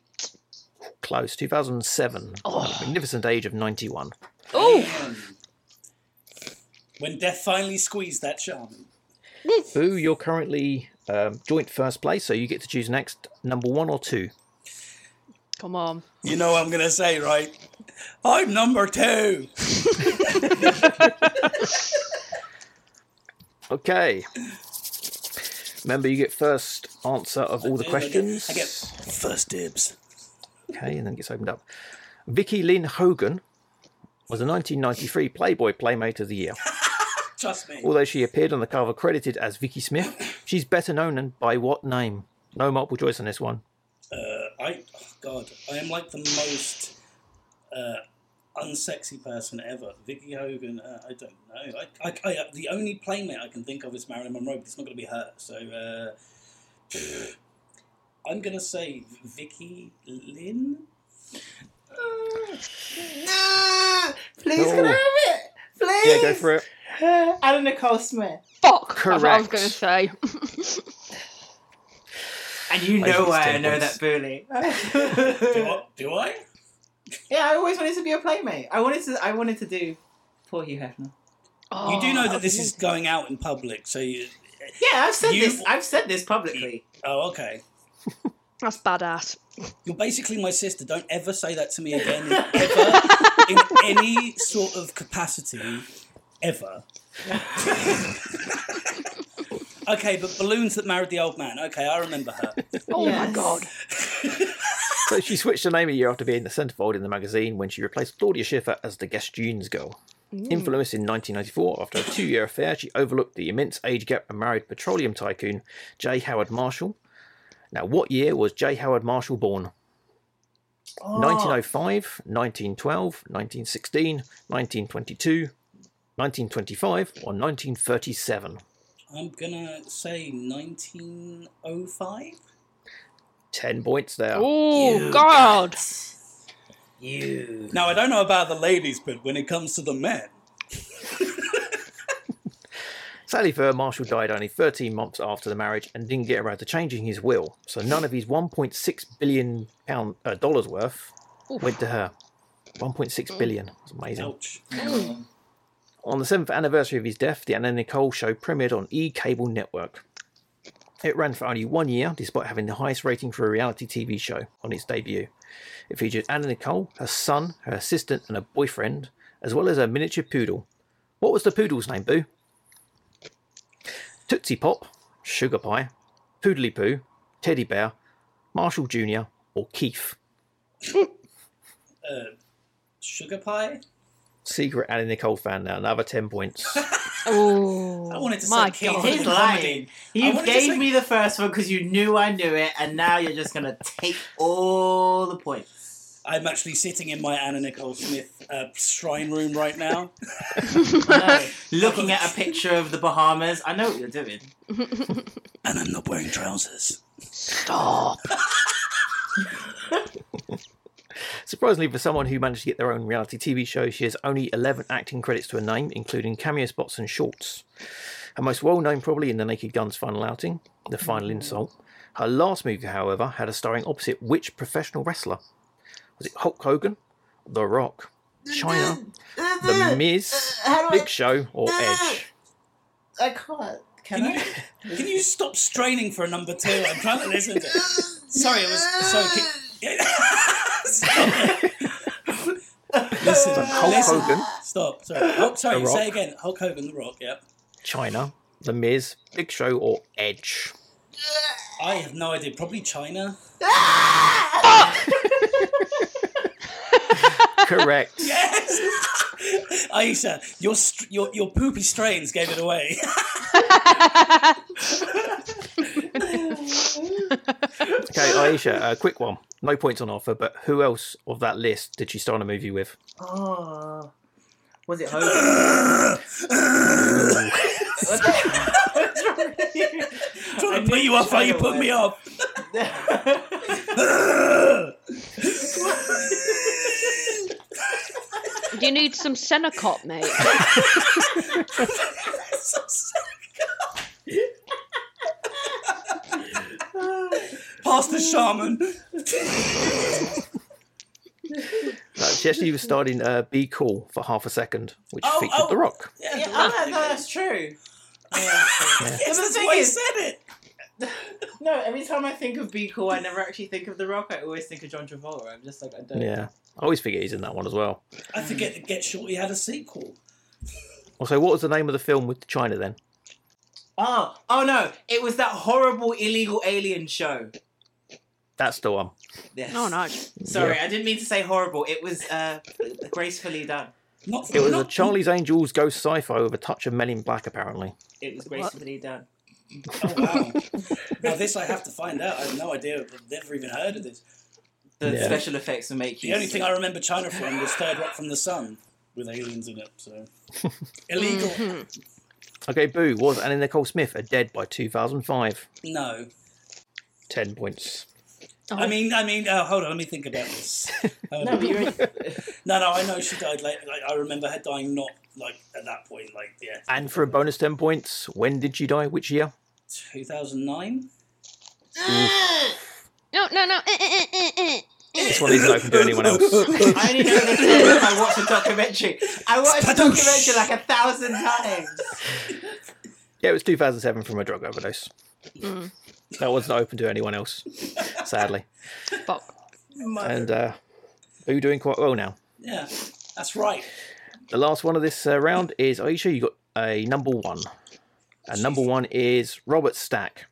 Speaker 1: Close. 2007.
Speaker 4: Oh.
Speaker 1: Magnificent age of 91.
Speaker 4: Oh,
Speaker 2: When death finally squeezed that charm.
Speaker 1: Boo, you're currently um, joint first place, so you get to choose next number one or two.
Speaker 4: come on.
Speaker 2: You know what I'm gonna say, right? I'm number two.
Speaker 1: Okay. Remember, you get first answer of all the
Speaker 2: I get-
Speaker 1: questions.
Speaker 2: I get first dibs.
Speaker 1: Okay, and then it gets opened up. Vicky Lynn Hogan was a 1993 Playboy Playmate of the Year.
Speaker 2: Trust me.
Speaker 1: Although she appeared on the cover credited as Vicky Smith, she's better known and by what name? No multiple choice on this one.
Speaker 2: I, oh God, I am like the most uh, unsexy person ever. Vicky Hogan, uh, I don't know. I, I, I, the only playmate I can think of is Marilyn Monroe, but it's not going to be her. So uh, I'm going to say Vicky Lynn.
Speaker 3: No, please
Speaker 1: No.
Speaker 3: can I have it? Please.
Speaker 1: Yeah, go for it.
Speaker 3: Anna Nicole Smith.
Speaker 4: Fuck. That's what I was
Speaker 1: Correct.
Speaker 4: gonna say.
Speaker 3: And you
Speaker 1: I
Speaker 3: know
Speaker 1: think it's
Speaker 3: why I
Speaker 1: ten
Speaker 3: know
Speaker 1: points.
Speaker 3: that bully.
Speaker 2: Do I? Do I?
Speaker 3: yeah, I always wanted to be a playmate. I wanted to. I wanted to do. Poor Hugh Hefner.
Speaker 2: you do know
Speaker 4: Oh,
Speaker 2: that this is going out in public, so you.
Speaker 3: Yeah, I've said
Speaker 2: You-
Speaker 3: this. I've said this publicly.
Speaker 2: Oh, okay.
Speaker 4: that's badass.
Speaker 2: You're basically my sister. Don't ever say that to me again, ever, in any sort of capacity, ever. okay, but balloons that married the old man. Okay, I remember her.
Speaker 4: Oh my
Speaker 3: Yes.
Speaker 4: god.
Speaker 1: So she switched her name a year after being the centerfold in the magazine when she replaced Claudia Schiffer as the guest Dunes girl.
Speaker 4: Mm.
Speaker 1: Infamous in 1994, after a two year affair, she overlooked the immense age gap and married petroleum tycoon J. Howard Marshall. Now, what year was J. Howard Marshall born? Oh.
Speaker 3: Oh.
Speaker 1: 1905, 1912, 1916, 1922, 1925, or 1937?
Speaker 2: I'm gonna say 1905.
Speaker 1: 10 points there.
Speaker 4: Oh god.
Speaker 3: You.
Speaker 2: Now I don't know about the ladies, but when it comes to the men,
Speaker 1: Sadly for her, Marshall died only 13 months after the marriage and didn't get around to changing his will, so none of his 1.6 billion pound uh, dollars worth went to her. 1.6 billion. It's amazing.
Speaker 2: ouch.
Speaker 1: On the seventh anniversary of his death, the Anna Nicole show premiered on E Cable Network. It ran for only one year, despite having the highest rating for a reality TV show on its debut. It featured Anna Nicole, her son, her assistant, and her boyfriend, as well as her miniature poodle. What was the poodle's name, Boo? Tootsie Pop, Sugar Pie, Poodly Poo, Teddy Bear, Marshall Jr., or Keith.
Speaker 2: Sugar pie?
Speaker 1: Secret Anna Nicole fan now, another 10 points.
Speaker 4: Oh,
Speaker 2: I wanted to
Speaker 4: my
Speaker 2: say Keith.
Speaker 4: God.
Speaker 3: He's
Speaker 2: Comedy.
Speaker 3: lying.
Speaker 2: I
Speaker 3: You
Speaker 2: wanted to
Speaker 3: gave
Speaker 2: say-
Speaker 3: me the first one because you knew I knew it, and now you're just gonna take all the points.
Speaker 2: I'm actually sitting in my Anna Nicole Smith uh, shrine room right now.
Speaker 3: No, looking at a picture of the Bahamas, I know what you're doing.
Speaker 2: and I'm not wearing trousers.
Speaker 4: Stop.
Speaker 1: Surprisingly, for someone who managed to get their own reality TV show, she has only 11 acting credits to her name, including cameo spots and shorts. Her most well known, probably, in The Naked Gun's final outing, The Final Insult. Her last movie, however, had her starring opposite which professional wrestler? Was it Hulk Hogan, The Rock, China, The Miz,
Speaker 3: How do I-
Speaker 1: Big Show, or Edge?
Speaker 3: I can't. Can,
Speaker 2: Can
Speaker 3: I?
Speaker 2: you can you stop straining for a number two? I'm trying to listen to. Sorry, it was sorry. Ki- listen,
Speaker 1: Hulk
Speaker 2: listen.
Speaker 1: Hogan,
Speaker 2: Stop. Sorry. Hulk, sorry.
Speaker 1: The
Speaker 2: say
Speaker 1: Rock.
Speaker 2: again. Hulk Hogan, The Rock. Yep.
Speaker 1: China, The Miz, Big Show, or Edge?
Speaker 2: I have no idea. Probably China.
Speaker 1: Correct.
Speaker 2: Yes. Aisha, your str- your your poopy strains gave it away.
Speaker 1: Okay, Aisha, a quick one. No points on offer, but who else of that list did she star in a movie with?
Speaker 3: Oh. Was it Hogan? What's wrong with you? I
Speaker 2: trying to
Speaker 3: knew
Speaker 2: put you off how you
Speaker 3: China
Speaker 2: put me
Speaker 3: was.
Speaker 2: off.
Speaker 4: You need some Senecop, mate.
Speaker 2: Pastor Shaman.
Speaker 1: No, she actually was starred in uh, Be Cool for half a second, which
Speaker 2: Oh,
Speaker 1: featured
Speaker 2: oh.
Speaker 1: The Rock.
Speaker 3: Yeah,
Speaker 2: Yeah,
Speaker 3: oh, no, no, that's true.
Speaker 2: yes,
Speaker 3: But the
Speaker 2: that's
Speaker 3: thing
Speaker 2: why I
Speaker 3: is-
Speaker 2: said it.
Speaker 3: No, every time I think of Be Cool, I never actually think of The Rock. I always think of John Travolta. I'm just like, I don't.
Speaker 1: Yeah. I always forget he's in that one as well.
Speaker 2: I forget that Get Shorty had a sequel.
Speaker 1: Also, what was the name of the film with China then?
Speaker 3: Oh, oh no! It was that horrible illegal alien show.
Speaker 1: That's the one.
Speaker 3: Yes.
Speaker 4: No, nice.
Speaker 3: Sorry,
Speaker 1: Yeah.
Speaker 3: I didn't mean to say horrible. It was uh, gracefully done.
Speaker 2: Not
Speaker 1: It was
Speaker 2: not,
Speaker 1: a Charlie's Angels ghost sci fi with a touch of Men in Black, apparently.
Speaker 3: It was gracefully done.
Speaker 2: Oh wow! now this I have to find out. I have no idea. I've never even heard of this.
Speaker 3: The
Speaker 1: Yeah.
Speaker 3: special effects were making.
Speaker 2: The only thing I remember China from was Third Rock from the Sun with aliens in it. So illegal?
Speaker 4: Mm-hmm.
Speaker 1: Okay, Boo, was Anna Nicole Smith a dead by 2005?
Speaker 3: Mm-hmm.
Speaker 2: No.
Speaker 1: 10 points.
Speaker 2: I mean, I mean. Uh, hold on. Let me think about this. Hold
Speaker 3: Oh. No,
Speaker 2: on.
Speaker 3: but you're.
Speaker 2: no, no. I know she died late. Like I remember her dying not like at that point. Like yeah,
Speaker 1: And for a bonus 10 points, when did she die? Which year?
Speaker 2: 2009.
Speaker 4: No, no, no. eh, eh, eh, eh, eh.
Speaker 1: This one isn't open to anyone else.
Speaker 3: I only know this name if I watch a documentary. I watched a
Speaker 2: Spadoosh.
Speaker 3: documentary like a thousand times.
Speaker 1: Yeah, it was 2007 from a drug overdose.
Speaker 4: Mm.
Speaker 1: That wasn't open to anyone else, sadly.
Speaker 4: Fuck.
Speaker 1: And uh, Boo doing quite well now.
Speaker 2: Yeah, that's right.
Speaker 1: The last one of this uh, round is Aisha. You got a number one, and number one is Robert Stack.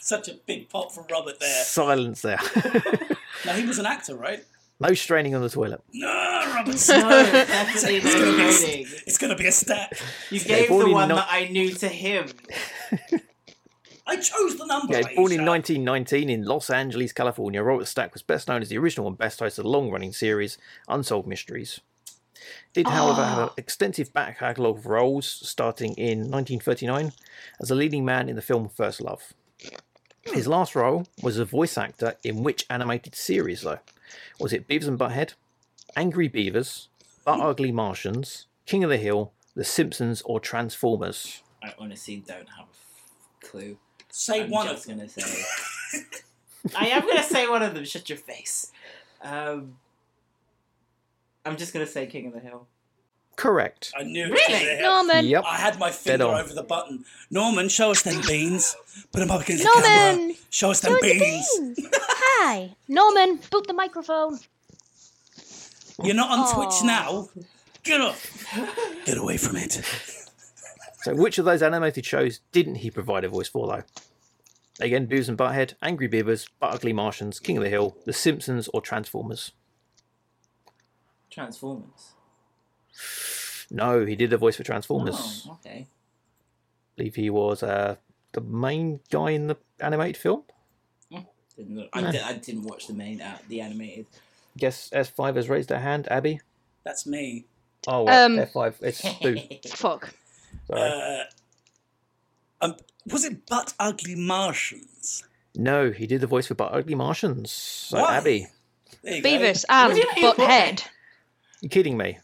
Speaker 2: Such a big pop from Robert there.
Speaker 1: Silence there.
Speaker 2: Now he was an actor, right?
Speaker 1: no straining on the toilet.
Speaker 2: No, Robert.
Speaker 3: No, definitely no coding.
Speaker 2: It's gonna be a stack.
Speaker 3: You
Speaker 1: Yeah,
Speaker 3: gave
Speaker 1: born
Speaker 3: the
Speaker 1: in
Speaker 3: one
Speaker 1: no-
Speaker 3: that I knew to him.
Speaker 2: I chose the number.
Speaker 1: Yeah, born in
Speaker 2: Aisha.
Speaker 1: 1919 in Los Angeles, California, Robert Stack was best known as the original and best host of the long-running series Unsolved Mysteries. Did, however, have an extensive back catalogue of roles, starting in 1939 as a leading man in the film First Love. His last role was a voice actor in which animated series, though? Was it Beavis and Butthead, Angry Beavers, Butt Ugly Martians, King of the Hill, The Simpsons, or Transformers?
Speaker 3: I honestly don't have a clue.
Speaker 2: Say
Speaker 3: I'm
Speaker 2: one of
Speaker 3: just
Speaker 2: them.
Speaker 3: gonna say. I am gonna say one of them. Shut your face. Um, I'm just gonna say King of the Hill.
Speaker 1: Correct.
Speaker 2: I knew. it.
Speaker 3: Really?
Speaker 4: Norman.
Speaker 1: Yep.
Speaker 2: I had my finger
Speaker 1: on.
Speaker 2: over the button. Norman, show us them beans. Put them up against the camera.
Speaker 4: Norman.
Speaker 2: Show us them
Speaker 4: Show us the
Speaker 2: beans.
Speaker 4: beans. Hi, Norman. Boot the microphone.
Speaker 2: You're not on
Speaker 4: Aw.
Speaker 2: Twitch now. Get up. Get away from it.
Speaker 1: So, which of those animated shows didn't he provide a voice for, though? Again, Beavis and Butthead, Angry Beavers, Butt Ugly Martians, King of the Hill, The Simpsons, or Transformers?
Speaker 3: Transformers.
Speaker 1: No, he did a voice for Transformers.
Speaker 3: Oh, okay.
Speaker 1: believe he was uh, the main guy in the animated film.
Speaker 3: Didn't look, I, di- I didn't watch the main uh, the animated.
Speaker 1: Yes, S5 has raised their hand. Abby?
Speaker 2: That's me.
Speaker 1: Oh, well,
Speaker 4: Um,
Speaker 1: F5. It's Stu.
Speaker 4: Fuck.
Speaker 1: Sorry.
Speaker 2: Uh, um, was it But Ugly Martians?
Speaker 1: no, he did the voice for But Ugly Martians. So,
Speaker 2: Why?
Speaker 1: Abby,
Speaker 2: There you go.
Speaker 4: Beavis
Speaker 3: What
Speaker 4: and
Speaker 3: do you mean,
Speaker 4: Butthead.
Speaker 1: you kidding me?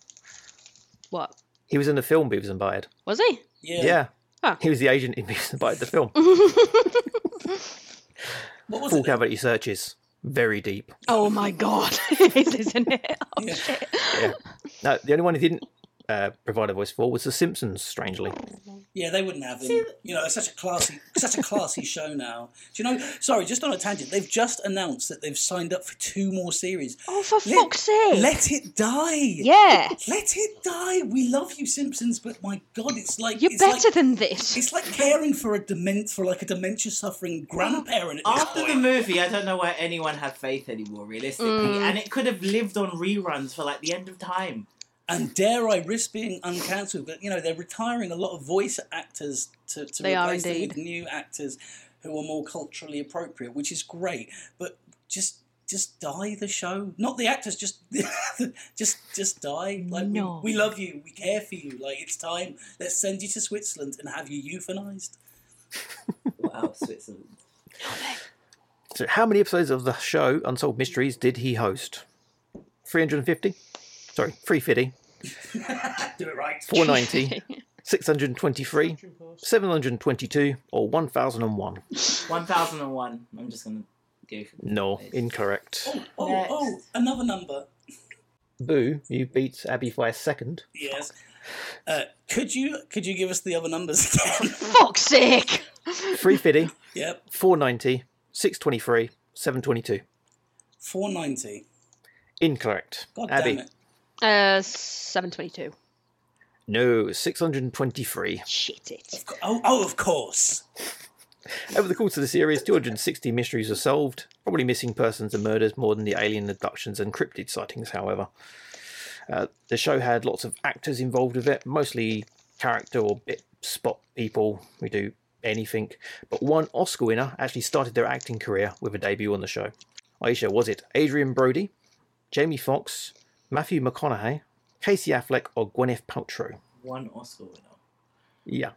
Speaker 4: What
Speaker 1: He was in the film Beavis and Butthead.
Speaker 4: was he?
Speaker 1: Yeah.
Speaker 2: Yeah.
Speaker 4: Huh.
Speaker 1: He was the agent in Beavis and Butthead, the film.
Speaker 4: Oh
Speaker 2: What was
Speaker 1: Full
Speaker 2: it?
Speaker 1: cavity searches. Very deep.
Speaker 4: oh my god, it is, isn't it? Oh
Speaker 2: Yeah.
Speaker 4: shit.
Speaker 1: Yeah. no, the only one he didn't uh, provide a voice for was The Simpsons, strangely.
Speaker 2: Yeah, they wouldn't have
Speaker 3: See,
Speaker 2: him. You know, it's such a classy, such a classy show now. Do you know? Sorry, just on a tangent. They've just announced that they've signed up for two more series.
Speaker 4: Oh, for
Speaker 2: Let-
Speaker 4: fuck's sake!
Speaker 2: Let it die.
Speaker 4: yeah,
Speaker 2: Let it die. We love you, Simpsons, but my God, it's like
Speaker 4: you're
Speaker 2: it's
Speaker 4: better
Speaker 2: Like,
Speaker 4: than this.
Speaker 2: it's like caring for a dement for like a dementia suffering grandparent. At this
Speaker 3: After the
Speaker 2: point.
Speaker 3: movie, I don't know why anyone had faith anymore, realistically.
Speaker 4: Mm.
Speaker 3: And it could have lived on reruns for like the end of time.
Speaker 2: and dare I risk being uncancelled? But you know, they're retiring a lot of voice actors to, to
Speaker 4: They are
Speaker 2: replace them
Speaker 4: indeed.
Speaker 2: with new actors who are more culturally appropriate, which is great. But just just die the show. Not the actors, just just just die. Like we-
Speaker 4: No.
Speaker 2: we, love you, we care for you. Like it's time. Let's send you to Switzerland and have you euthanized.
Speaker 3: Wow, Switzerland.
Speaker 1: So, how many episodes of the show Unsolved Mysteries did he host? 350? Sorry, 350,
Speaker 2: Do it right. Oh,
Speaker 1: 490, 623, 722, or 1001?
Speaker 3: 1001. I'm just going to go for
Speaker 1: No, incorrect.
Speaker 2: Oh, oh,
Speaker 3: Next.
Speaker 2: oh, another number.
Speaker 1: Boo, you beat Abby by a second.
Speaker 2: Yes. Uh, could you could you give us the other numbers again?
Speaker 4: fuck's sake!
Speaker 1: 350,
Speaker 2: yep.
Speaker 1: 490, 623, 722.
Speaker 2: Four ninety.
Speaker 1: Incorrect.
Speaker 2: God
Speaker 1: Abby,
Speaker 2: damn it.
Speaker 4: Uh, seven twenty-two.
Speaker 1: no, 623.
Speaker 4: Shit it.
Speaker 2: Oh, oh, of course.
Speaker 1: Over the course of the series, 260 mysteries are solved, probably missing persons and murders more than the alien abductions and cryptid sightings, however. Uh, the show had lots of actors involved with it, mostly character or bit spot people who do anything. But one Oscar winner actually started their acting career with a debut on the show. Aisha, was it Adrian Brody, Jamie Foxx, Matthew McConaughey, Casey Affleck, or Gwyneth Paltrow?
Speaker 3: one Oscar winner.
Speaker 1: Yeah,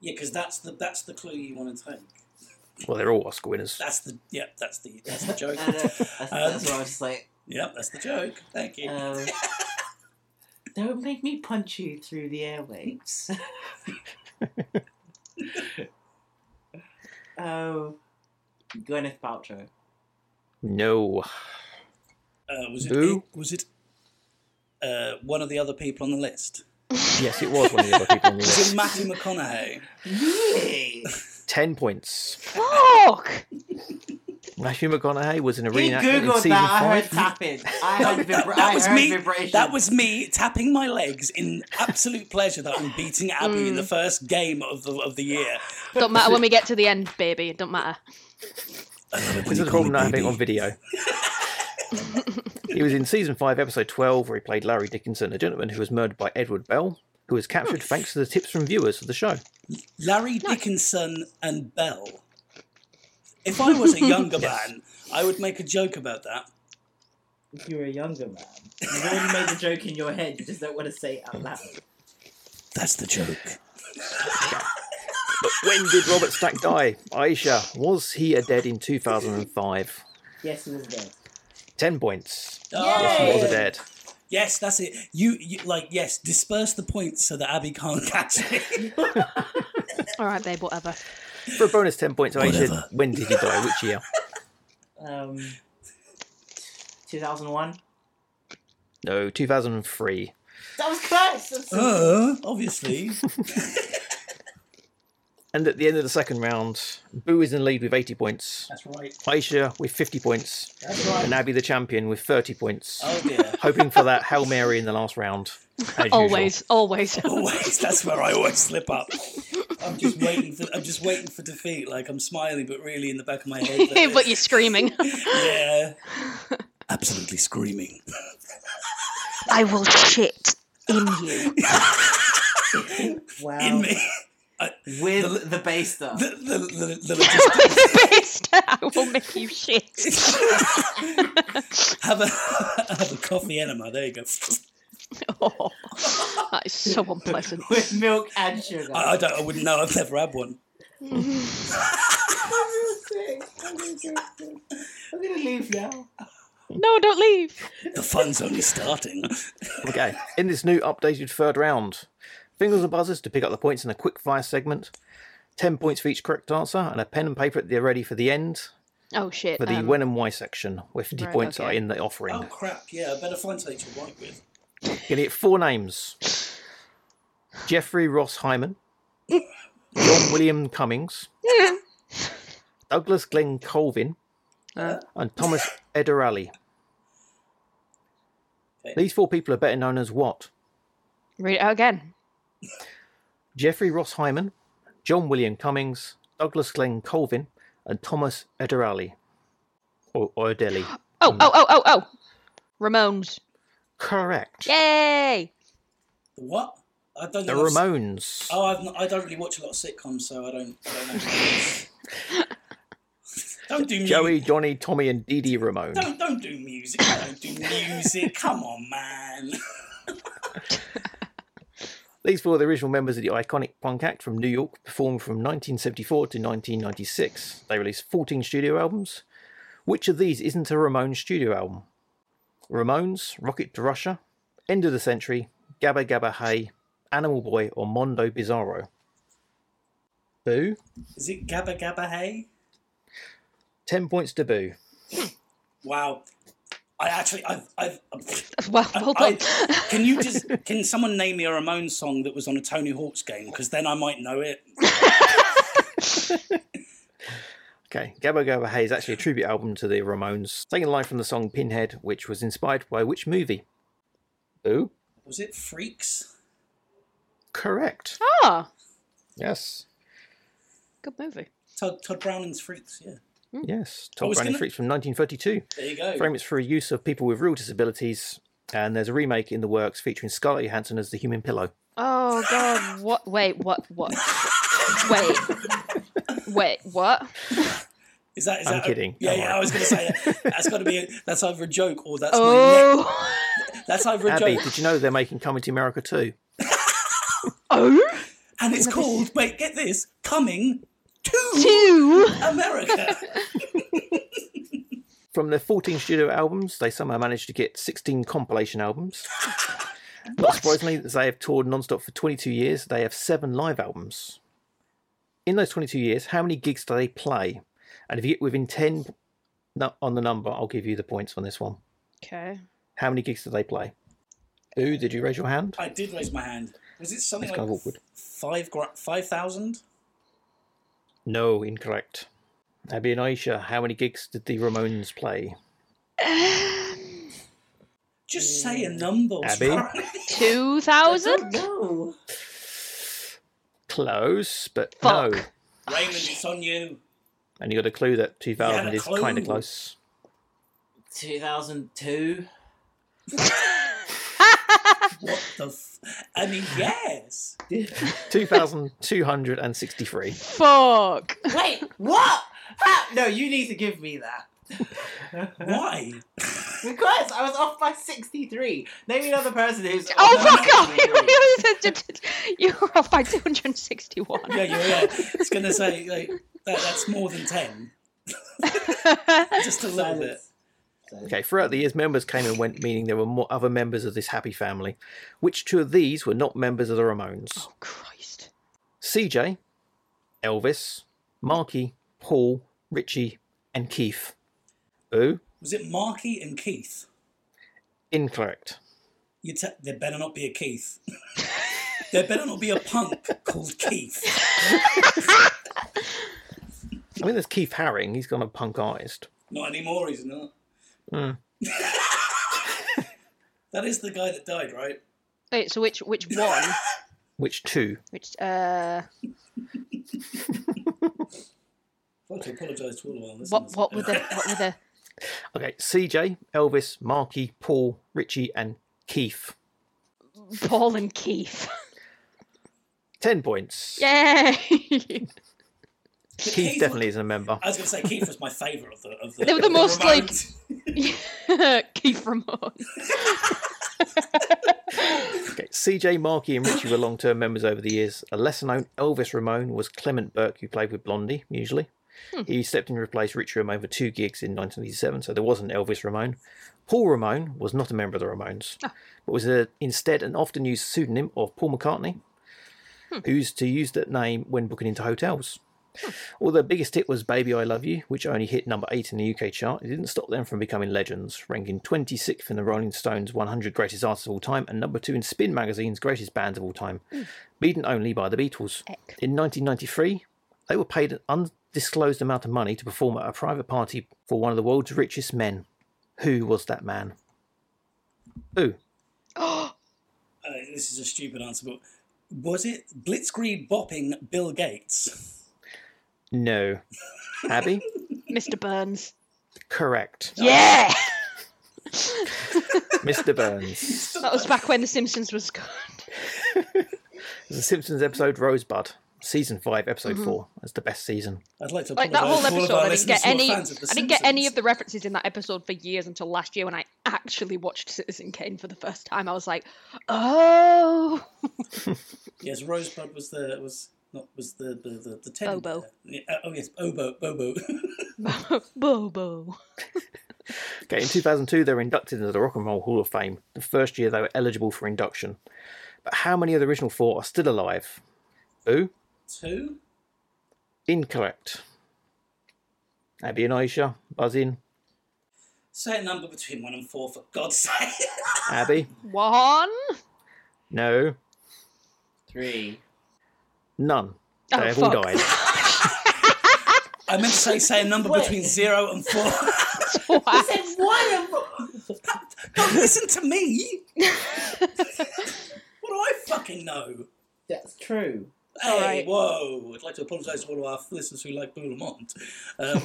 Speaker 2: Yeah, because that's the that's the clue you want to take.
Speaker 1: well, they're all Oscar winners.
Speaker 2: That's the yeah, that's the that's the joke.
Speaker 3: And, uh, that's, that's why I was just like,
Speaker 2: yep, that's the joke. Thank you.
Speaker 3: um, don't make me punch you through the airwaves. Oh, Gwyneth Paltrow.
Speaker 1: No.
Speaker 2: Uh, was it,
Speaker 1: Boo.
Speaker 2: was it uh, one of the other people on the list?
Speaker 1: Yes, it was one of the other people on the list.
Speaker 2: Was it Matthew McConaughey?
Speaker 3: Really?
Speaker 1: 10 points.
Speaker 4: Fuck.
Speaker 1: Matthew McConaughey was in a
Speaker 3: You
Speaker 1: reenactment in
Speaker 3: googled
Speaker 1: season
Speaker 3: that. I heard
Speaker 1: five.
Speaker 3: tapping. I heard,
Speaker 2: that,
Speaker 3: vibra-
Speaker 2: that
Speaker 3: I
Speaker 2: was
Speaker 3: heard
Speaker 2: me.
Speaker 3: vibration.
Speaker 2: That was me tapping my legs in absolute pleasure that I'm beating Abby in
Speaker 3: Mm.
Speaker 2: the first game of the of the year.
Speaker 4: Don't matter when we get to the end, baby. It don't matter.
Speaker 1: This is the problem not having it on video. he was in season five, episode 12, where he played Larry Dickinson, a gentleman who was murdered by Edward Bell, who was
Speaker 3: Hmm.
Speaker 1: captured thanks to the tips from viewers of the show.
Speaker 2: Larry Dickinson and Bell. If I was a younger man, I would make a joke about that.
Speaker 3: If you were a younger man, you've already made the joke in your head. You just don't want to say it out loud.
Speaker 2: That's the joke.
Speaker 1: But when did Robert Stack die? Aisha, was he a dead in 2005?
Speaker 3: Yes, he was dead.
Speaker 1: 10 points.
Speaker 2: Oh,
Speaker 1: He was a dead.
Speaker 2: yes, that's it. You, you like yes, disperse the points so that Abby can't catch it.
Speaker 4: All right, babe, whatever.
Speaker 1: For a bonus 10 points,
Speaker 2: Whatever.
Speaker 1: Aisha, when did he die? Which year?
Speaker 3: Um, 2001.
Speaker 1: No, 2003.
Speaker 3: That was close. I'm so-
Speaker 2: uh, obviously.
Speaker 1: And at the end of the second round, Boo is in lead with 80 points,
Speaker 2: That's right.
Speaker 1: Aisha with 50 points,
Speaker 2: That's right.
Speaker 1: and Abby the champion with 30 points.
Speaker 2: Oh dear.
Speaker 1: Hoping for that Hail Mary in the last round. as
Speaker 4: Always, always.
Speaker 2: Always. That's where I always slip up. I'm just waiting for. I'm just waiting for defeat. Like I'm smiling, but really in the back of my head. like,
Speaker 4: but you're screaming.
Speaker 2: yeah. Absolutely screaming.
Speaker 4: I will shit in you.
Speaker 3: wow.
Speaker 2: In me.
Speaker 3: With the, bass stuff.
Speaker 2: The, the, the, the logistics.
Speaker 4: I will make you shit.
Speaker 2: have a have a coffee enema. There you go.
Speaker 4: Oh, that is so unpleasant.
Speaker 3: with milk and sugar.
Speaker 2: I, I don't. I wouldn't know. I've never had one.
Speaker 3: I'm gonna leave now.
Speaker 4: No, don't leave.
Speaker 2: The fun's only starting.
Speaker 1: usual. Okay, in this new updated third round, fingers and buzzers to pick up the points in a quick fire segment. 10 points for each correct answer, and a pen and paper at the ready for the end
Speaker 4: Oh shit.
Speaker 1: for the
Speaker 4: um,
Speaker 1: when and why section, where 50
Speaker 4: right,
Speaker 1: points
Speaker 4: okay.
Speaker 1: are in the offering.
Speaker 2: Oh crap! Yeah, I better find something to write with.
Speaker 1: You're gonna get four names: Jeffrey Ross Hyman, John William Cummings, Douglas Glenn Colvin,
Speaker 4: Uh.
Speaker 1: and Thomas Ederally.
Speaker 2: Okay.
Speaker 1: These four people are better known as what?
Speaker 4: read it out again.
Speaker 1: Jeffrey Ross Hyman, John William Cummings, Douglas Glenn Colvin, and Thomas Ederally. Or Ederally.
Speaker 2: Hmm.
Speaker 4: Oh, oh, oh, oh, oh. Ramones.
Speaker 1: Correct.
Speaker 4: Yay!
Speaker 2: The what? I don't.
Speaker 1: The
Speaker 2: think I've-
Speaker 1: Ramones.
Speaker 2: Oh, I've not, I don't really watch a lot of sitcoms, so I don't. I don't know. don't do music.
Speaker 1: Joey, Johnny, Tommy, and Dee Dee Ramone.
Speaker 2: Don't don't do music. Don't do music. Come on, man.
Speaker 1: These four are the original members of the iconic punk act from New York, performed from 1974 to 1996. They released 14 studio albums. Which of these isn't a Ramones studio album? Ramones, Rocket to Russia, End of the Century, Gabba Gabba Hey, Animal Boy, or Mondo Bizarro? Boo.
Speaker 2: Is it Gabba Gabba Hey?
Speaker 1: 10 points to Boo.
Speaker 2: Wow. I actually, I've, I've.
Speaker 4: Well, well
Speaker 2: I-
Speaker 4: done.
Speaker 2: can you just? Can someone name me a Ramones song that was on a Tony Hawk's game? Because then I might know it.
Speaker 1: Okay, Gabba Gabba Hey is actually a tribute album to the Ramones, taken live from the song Pinhead, which was inspired by which movie? Boo.
Speaker 2: Was it Freaks?
Speaker 1: Correct.
Speaker 4: Ah,
Speaker 1: Yes.
Speaker 4: good movie.
Speaker 2: Todd, Todd Browning's Freaks. Yeah.
Speaker 1: Yes,
Speaker 2: I
Speaker 1: Tom
Speaker 2: was
Speaker 1: Browning
Speaker 2: gonna- Oh,
Speaker 1: Freaks from 1932.
Speaker 2: There you go.
Speaker 1: Frame it's for use of people with real disabilities, and there's a remake in the works featuring Scarlett Johansson as the human pillow.
Speaker 4: Oh god, what? Wait, what? What? Wait, wait, what?
Speaker 2: Is that? Is
Speaker 1: I'm
Speaker 2: that a-
Speaker 1: kidding.
Speaker 2: yeah,
Speaker 1: Don't
Speaker 2: yeah.
Speaker 1: worry.
Speaker 2: I was going to say that's got to be. A, that's either a joke or that's my
Speaker 4: Oh,
Speaker 2: neck. That's either a
Speaker 1: Abby,
Speaker 2: joke.
Speaker 1: did you know they're making Coming to America too?
Speaker 4: oh,
Speaker 2: And it's called, wait, get this, Coming to
Speaker 4: two.
Speaker 2: America.
Speaker 1: From their 14 studio albums, they somehow managed to get 16 compilation albums. Not surprisingly, as they have toured non-stop for 22 years, they have seven live albums. In those 22 years, how many gigs do they play? And if you get within 10 nu- on the number, I'll give you the points on this one.
Speaker 4: Okay.
Speaker 1: How many gigs do they play? Ooh, did you raise your hand?
Speaker 2: I did raise my hand. Was it something
Speaker 1: That's
Speaker 2: like
Speaker 1: kind of awkward.
Speaker 2: five gra- 5,000?
Speaker 1: No, incorrect. Abby and Aisha, how many gigs did the Ramones play?
Speaker 2: Just say a number. what's
Speaker 1: Abby?
Speaker 2: wrong?
Speaker 4: Two thousand.
Speaker 3: No.
Speaker 1: Close, but no.
Speaker 4: Fuck.
Speaker 2: Raymond, it's on you.
Speaker 1: And you got a clue that
Speaker 2: You
Speaker 1: 2000
Speaker 2: had a
Speaker 1: is kind
Speaker 2: clue.
Speaker 1: of close.
Speaker 3: 2002.
Speaker 2: What the f- I mean, yes.
Speaker 1: 2263.
Speaker 4: Fuck.
Speaker 3: Wait, what? Ha- no, you need to give me that.
Speaker 2: Why?
Speaker 3: Because I was off by 63. Name another person who's.
Speaker 4: Oh
Speaker 3: off by
Speaker 4: fuck
Speaker 3: 63.
Speaker 4: off! you were off by 261.
Speaker 2: Yeah, you're right. I was going to say like, that, that's more than 10.
Speaker 4: Oh,
Speaker 2: Just a little bit.
Speaker 3: Silence. Silence.
Speaker 1: Okay, throughout the years, members came and went, meaning there were more other members of this happy family. Which two of these were not members of the Ramones?
Speaker 4: oh Christ!
Speaker 1: CJ, Elvis, Marky, Paul, Richie, and Keith. Ooh,
Speaker 2: Was it Marky and Keith?
Speaker 1: incorrect.
Speaker 2: You te- there better not be a Keith. there better not be a punk called Keith.
Speaker 1: I mean, there's Keith Haring. He's gone a punk artist.
Speaker 2: Not anymore, he's not.
Speaker 1: Hmm.
Speaker 2: That is the guy that died, right?
Speaker 4: Wait, so which which one?
Speaker 1: Which two?
Speaker 4: Which uh,
Speaker 2: I'd like to apologise to all of our listeners.
Speaker 4: what what were the what were the?
Speaker 1: Okay, CJ, Elvis, Marky, Paul, Richie, and Keith.
Speaker 4: Paul and Keith.
Speaker 1: Ten points.
Speaker 4: Yay!
Speaker 2: Keith
Speaker 1: Keith
Speaker 2: was-
Speaker 1: definitely isn't a member.
Speaker 2: I was going to say Keith was my favourite of the. Of the
Speaker 4: They were the
Speaker 2: of
Speaker 4: most, like-
Speaker 2: Ramones.
Speaker 4: Keith Ramon.
Speaker 1: Okay, CJ, Marky, and Richie were long term members over the years. A lesser known Elvis Ramone was Clement Burke, who played with Blondie, usually. He stepped in and replaced Richie Ramone for two gigs in 1987, so there was an Elvis Ramone. Paul Ramone was not a member of the Ramones, but was a, instead an often used pseudonym of Paul McCartney, who's to use that name when booking into hotels. Although the biggest hit was Baby I Love You, which only hit number 8 in the UK chart, it didn't stop them from becoming legends, ranking 26th in the Rolling Stones 100 Greatest Artists of All Time and number 2 in Spin Magazine's Greatest Bands of All Time, beaten only by the Beatles.
Speaker 4: Heck.
Speaker 1: In 1993, they were paid an undisclosed amount of money to perform at a private party for one of the world's richest men. Who was that man? Who?
Speaker 2: Uh, this is a stupid answer, but was it blitzkrieg bopping Bill Gates?
Speaker 1: No. Abby?
Speaker 4: Mr. Burns.
Speaker 2: Oh,
Speaker 1: Correct.
Speaker 4: Yeah!
Speaker 1: Mr. Burns.
Speaker 4: That was back when The Simpsons was good.
Speaker 1: The Simpsons episode Rosebud, season 5, episode
Speaker 4: Mm-hmm.
Speaker 1: 4. That's the best season.
Speaker 2: I'd like to
Speaker 4: Like that whole
Speaker 2: apologise to all of
Speaker 4: episode, I
Speaker 2: our
Speaker 4: didn't
Speaker 2: listeners
Speaker 4: get
Speaker 2: who are
Speaker 4: any. I
Speaker 2: fans of The
Speaker 4: didn't get any
Speaker 2: Simpsons.
Speaker 4: of the references in that episode for years until last year when I actually watched Citizen Kane for the first time. I was like, "Oh,
Speaker 2: Yes, Rosebud was the was not was the the the, the teddy
Speaker 4: Bobo.
Speaker 2: bear. Yeah, uh, oh yes, Obo Bobo.
Speaker 4: Bobo."
Speaker 1: Okay, in 2002, they were inducted into the Rock and Roll Hall of Fame, the first year they were eligible for induction. But how many of the original four are still alive? Who?
Speaker 2: Two.
Speaker 1: Incorrect. Abby and Aisha, buzz in.
Speaker 2: Say a number between one and four for God's sake.
Speaker 1: Abby?
Speaker 4: One.
Speaker 1: No.
Speaker 3: Three.
Speaker 1: None. They
Speaker 4: Oh,
Speaker 1: have all
Speaker 4: fuck.
Speaker 1: died.
Speaker 2: I meant to say say a number
Speaker 3: Wait.
Speaker 2: between zero and four.
Speaker 3: I
Speaker 4: Wow.
Speaker 3: said one of
Speaker 2: Don't listen to me. what do I fucking know?
Speaker 3: That's true.
Speaker 2: Hey,
Speaker 4: All right.
Speaker 2: whoa! I'd like to apologise to all of our listeners who like Blue Lamont. Um,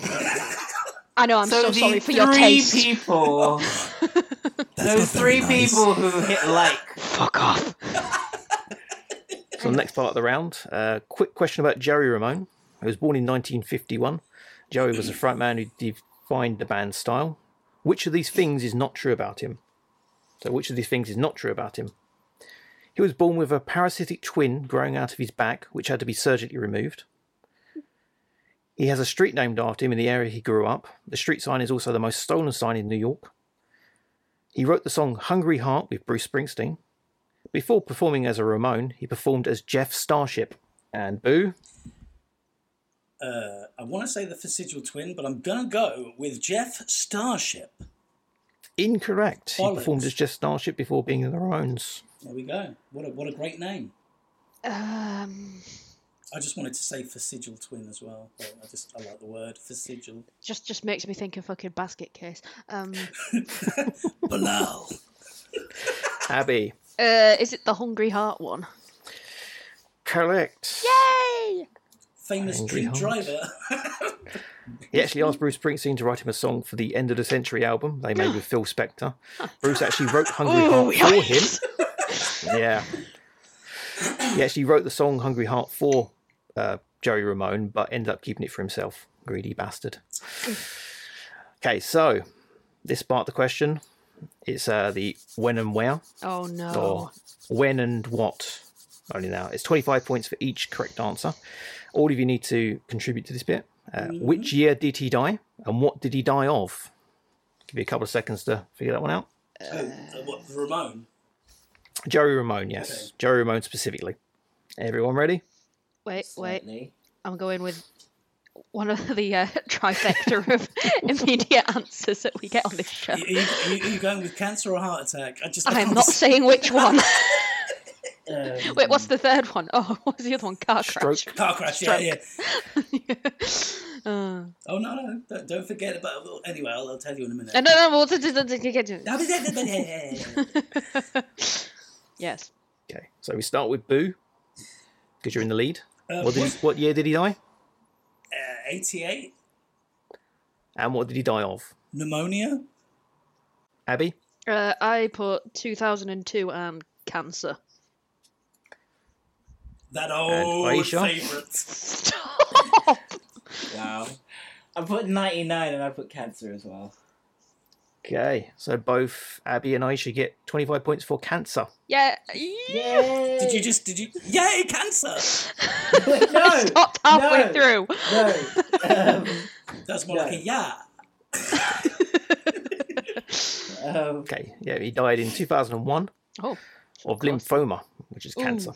Speaker 4: I know. I'm so,
Speaker 3: the
Speaker 4: sorry for your
Speaker 3: three
Speaker 4: taste.
Speaker 3: people. those three people who hit like.
Speaker 4: Fuck off.
Speaker 1: So the next part of the round, uh, quick question about Jerry Ramone. He was born in 1951. Jerry was a frontman who defined the band's style. Which of these things is not true about him? So, which of these things is not true about him? He was born with a parasitic twin growing out of his back, which had to be surgically removed. He has a street named after him in the area he grew up. The street sign is also the most stolen sign in New York. He wrote the song Hungry Heart with Bruce Springsteen. Before performing as a Ramone, he performed as Jeff Starship. And boo,
Speaker 2: Uh, I want to say the Facidial Twin, but I'm gonna go with Jeff Starship.
Speaker 1: incorrect. He
Speaker 2: Bollocks.
Speaker 1: performed as Jeff Starship before being in the Ramones.
Speaker 2: There we go. What a what a great name.
Speaker 4: Um,
Speaker 2: I just wanted to say facidial twin as well. But I just I like the word facidial.
Speaker 4: just just makes me think of fucking basket case. Um,
Speaker 2: Bilal.
Speaker 1: Abby,
Speaker 4: uh, is it the Hungry Heart one?
Speaker 1: correct.
Speaker 4: Yay!
Speaker 2: Famous
Speaker 1: Angry
Speaker 2: drink
Speaker 1: Heart.
Speaker 2: driver.
Speaker 1: He actually asked Bruce Springsteen to write him a song for the End of the Century album they made with Phil Spector. Bruce actually wrote Hungry Heart for him. Yeah. He actually wrote the song Hungry Heart for uh, Jerry Ramone, but ended up keeping it for himself. Greedy bastard. Okay, so this sparked the question. It's uh, the when and where,
Speaker 4: Oh no.
Speaker 1: or when and what. Only now. It's 25 points for each correct answer. All of you need to contribute to this bit. Uh, Which year did he die, and what did he die of? Give you a couple of seconds to figure that one out.
Speaker 2: Who? Uh, what, Ramon?
Speaker 1: Jerry Ramone, yes. Jerry Ramone specifically. Everyone ready?
Speaker 4: Wait, wait.
Speaker 3: Certainly.
Speaker 4: I'm going with one of the uh, trifecta of immediate answers that we get on this show.
Speaker 2: Are you, are you- are you going with cancer or heart attack? I just. I
Speaker 4: I am
Speaker 2: can't
Speaker 4: not
Speaker 2: s-
Speaker 4: saying which one.
Speaker 3: Um,
Speaker 4: Wait, what's the third one? Oh, what was the other one? Car crash.
Speaker 1: Stroke.
Speaker 2: Car crash. Yeah, yeah.
Speaker 4: Uh,
Speaker 2: Oh no, no. Don't, don't forget about. Well, anyway, I'll, I'll tell you in a minute.
Speaker 4: no, no, no. what-
Speaker 2: Uh,
Speaker 4: yes.
Speaker 1: Okay, so we start with Boo because you're in the lead.
Speaker 2: Uh,
Speaker 1: What, did he, what year did he die,
Speaker 2: Eighty-eight.
Speaker 1: and what did he die of?
Speaker 2: Pneumonia.
Speaker 1: Abby,
Speaker 4: Uh, I put 2002 and cancer.
Speaker 2: That old
Speaker 1: Aisha.
Speaker 2: favourite.
Speaker 4: Stop.
Speaker 3: wow. I put 99 and I put cancer as well.
Speaker 1: okay, so both Abby and Aisha get 25 points for cancer.
Speaker 4: Yeah.
Speaker 3: Yay!
Speaker 2: Did you just? Did you? Yay, cancer.
Speaker 3: no,
Speaker 4: Stopped halfway
Speaker 3: no,
Speaker 4: through.
Speaker 3: No. Um,
Speaker 2: That's more like a yeah.
Speaker 3: um,
Speaker 1: Okay, yeah, he died in 2001
Speaker 4: Oh.
Speaker 1: of lymphoma, which is cancer.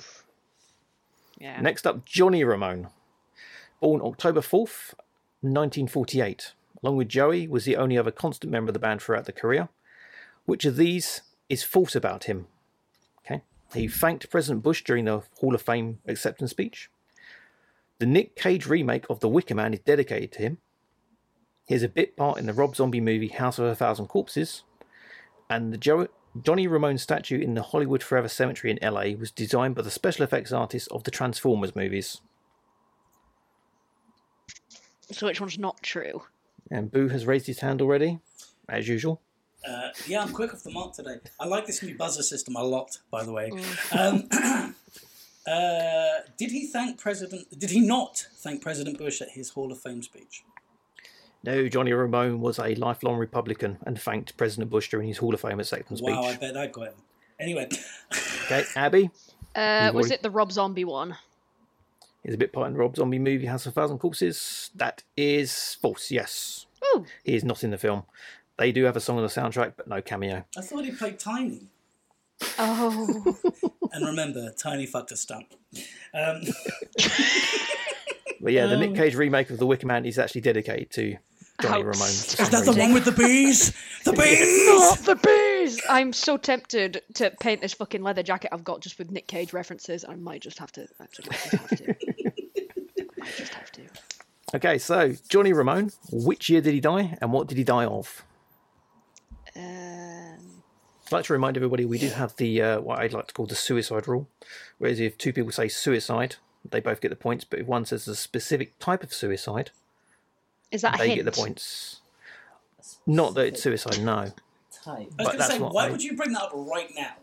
Speaker 4: Yeah.
Speaker 1: Next up, Johnny Ramone, born October 4th, 1948. Along with Joey, was the only other constant member of the band throughout the career. Which of these is false about him? Okay. He thanked President Bush during the Hall of Fame acceptance speech. The Nick Cage remake of The Wicker Man is dedicated to him. He has a bit part in the Rob Zombie movie House of a Thousand Corpses. And the jo- Johnny Ramone statue in the Hollywood Forever Cemetery in LA was designed by the special effects artist of the Transformers movies.
Speaker 4: So which one's not true?
Speaker 1: And Boo has raised his hand already, as usual.
Speaker 2: Uh, yeah, I'm quick off the mark today. I like this new buzzer system a lot, by the way.
Speaker 4: Mm.
Speaker 2: Um, uh, did he thank President? Did he not thank President Bush at his Hall of Fame speech?
Speaker 1: No, Johnny Ramone was a lifelong Republican and thanked President Bush during his Hall of Fame acceptance
Speaker 2: Wow, I
Speaker 1: speech.
Speaker 2: bet I got him. Anyway,
Speaker 1: Okay, Abby
Speaker 4: Uh,
Speaker 1: You've
Speaker 4: was
Speaker 1: already-
Speaker 4: it the Rob Zombie one?
Speaker 1: is a bit part in the Rob Zombie movie House of a Thousand Corpses. That is false, yes.
Speaker 4: Oh,
Speaker 1: He is not in the film. They do have a song on the soundtrack, but no cameo.
Speaker 2: I thought he played Tiny.
Speaker 4: oh,
Speaker 2: And remember, Tiny fucked a stump. Um,
Speaker 1: But yeah, the Nick Cage remake of The Wicker Man is actually dedicated to Johnny Ramone. for
Speaker 2: is
Speaker 1: some
Speaker 2: that the
Speaker 1: reason.
Speaker 2: one with the bees? The bees!
Speaker 4: not the bees! I'm so tempted to paint this fucking leather jacket I've got just with Nick Cage references. I might just have to. I just have to. might just have to.
Speaker 1: Okay, so Johnny Ramone, which year did he die and what did he die of?
Speaker 4: Um,
Speaker 1: I'd like to remind everybody we do have the uh, what I'd like to call the suicide rule, whereas if two people say suicide, they both get the points, but if one says a specific type of suicide,
Speaker 4: is that a
Speaker 1: they
Speaker 4: hint?
Speaker 1: get the points. Not that it's suicide, no.
Speaker 3: Type.
Speaker 2: I was going to
Speaker 1: that's
Speaker 2: say,
Speaker 1: what
Speaker 2: why
Speaker 1: I-
Speaker 2: would you bring that up right now?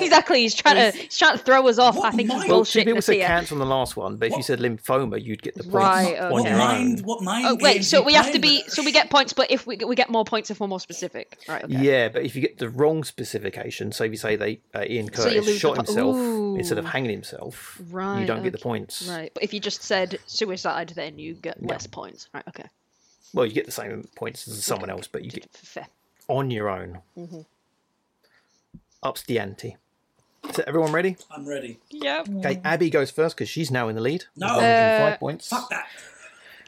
Speaker 4: Exactly. He's trying to. He's trying to throw us off. I
Speaker 2: What
Speaker 4: think he's
Speaker 2: mind-
Speaker 1: Well, two
Speaker 4: bullshitting
Speaker 1: people
Speaker 4: us
Speaker 1: said
Speaker 4: here.
Speaker 1: cancer on the last one, but if you said lymphoma, you'd get the points on
Speaker 4: Right, okay.
Speaker 2: What
Speaker 1: your
Speaker 2: mind?
Speaker 1: own.
Speaker 2: What mind?
Speaker 4: Oh wait,
Speaker 2: is
Speaker 4: so
Speaker 2: he
Speaker 4: we have to
Speaker 2: playing
Speaker 4: be.
Speaker 2: with?
Speaker 4: So we get points, but if we we get more points if we're more specific. Right. Okay.
Speaker 1: Yeah, but if you get the wrong specification, so if you say they uh, Ian
Speaker 4: So you
Speaker 1: Curtis
Speaker 4: lose the
Speaker 1: shot
Speaker 4: po-
Speaker 1: himself instead of
Speaker 4: Ooh.
Speaker 1: hanging himself, you
Speaker 4: Right,
Speaker 1: don't get the
Speaker 4: okay,
Speaker 1: points.
Speaker 4: Right. But if you just said suicide, then you get less points. Right. Okay.
Speaker 1: Well, you get the same points as someone else, but you get
Speaker 4: Fair.
Speaker 1: on your own. Ups the ante. So everyone ready?
Speaker 2: I'm ready.
Speaker 4: Yep.
Speaker 1: Okay, Abby goes first because she's now in the lead. with
Speaker 2: Mm. No.
Speaker 4: Uh,
Speaker 1: 105 points.
Speaker 2: Fuck that.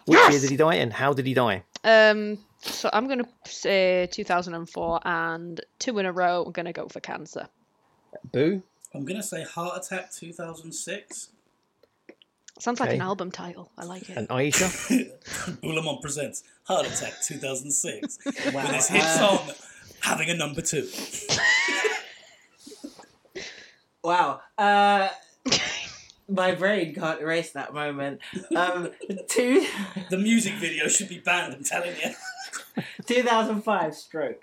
Speaker 1: Which year
Speaker 4: Yes!
Speaker 1: did he die and how did he die?
Speaker 4: Um, so I'm going to say 2004 and two in a row. I'm going to go for cancer.
Speaker 1: Boo.
Speaker 2: I'm going to say Heart Attack 2006.
Speaker 4: Sounds like an
Speaker 1: Okay.
Speaker 4: album title. I like it.
Speaker 1: And Aisha.
Speaker 2: Ulamon presents Heart Attack 2006 with
Speaker 3: Wow.
Speaker 2: his hit
Speaker 3: Uh,
Speaker 2: song Having a Number Two.
Speaker 3: Wow. Uh, my brain can't erase that moment. Um, two,
Speaker 2: The music video should be banned, I'm telling you.
Speaker 3: 2005 stroke.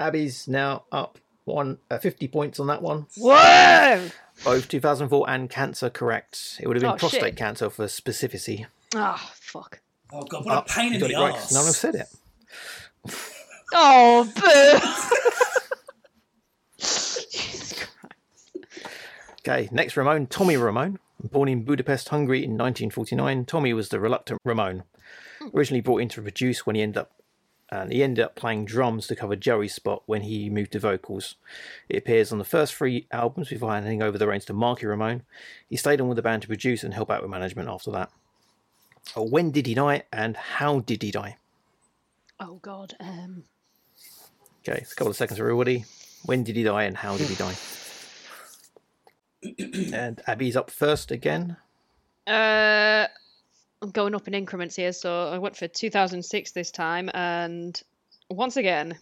Speaker 1: Abby's now up one uh, 50 points on that one.
Speaker 4: Whoa!
Speaker 1: Both 2004 and cancer correct. It would have been
Speaker 4: Oh, shit.
Speaker 1: prostate cancer for specificity.
Speaker 4: Ah, fuck.
Speaker 2: Oh, God, what a
Speaker 1: Up,
Speaker 2: pain
Speaker 1: you
Speaker 2: in
Speaker 1: got
Speaker 2: the
Speaker 1: it right, 'cause
Speaker 2: arse.
Speaker 1: None of us said it.
Speaker 4: Oh, boo! Jesus Christ.
Speaker 1: Okay, next Ramon, Tommy Ramon. Born in Budapest, Hungary in 1949, Tommy was the reluctant Ramon. Originally brought in to produce when he ended up and he ended up playing drums to cover Joey's spot when he moved to vocals. It appears on the first three albums before handing over the reins to Marky Ramone. He stayed on with the band to produce and help out with management after that. Oh, when did he die and how did he die?
Speaker 4: Oh God. Um.
Speaker 1: Okay, it's a couple of seconds for everybody. When did he die and how did he die? and Abby's up first again.
Speaker 4: Uh, I'm going up in increments here, so I went for 2006 this time, and once again,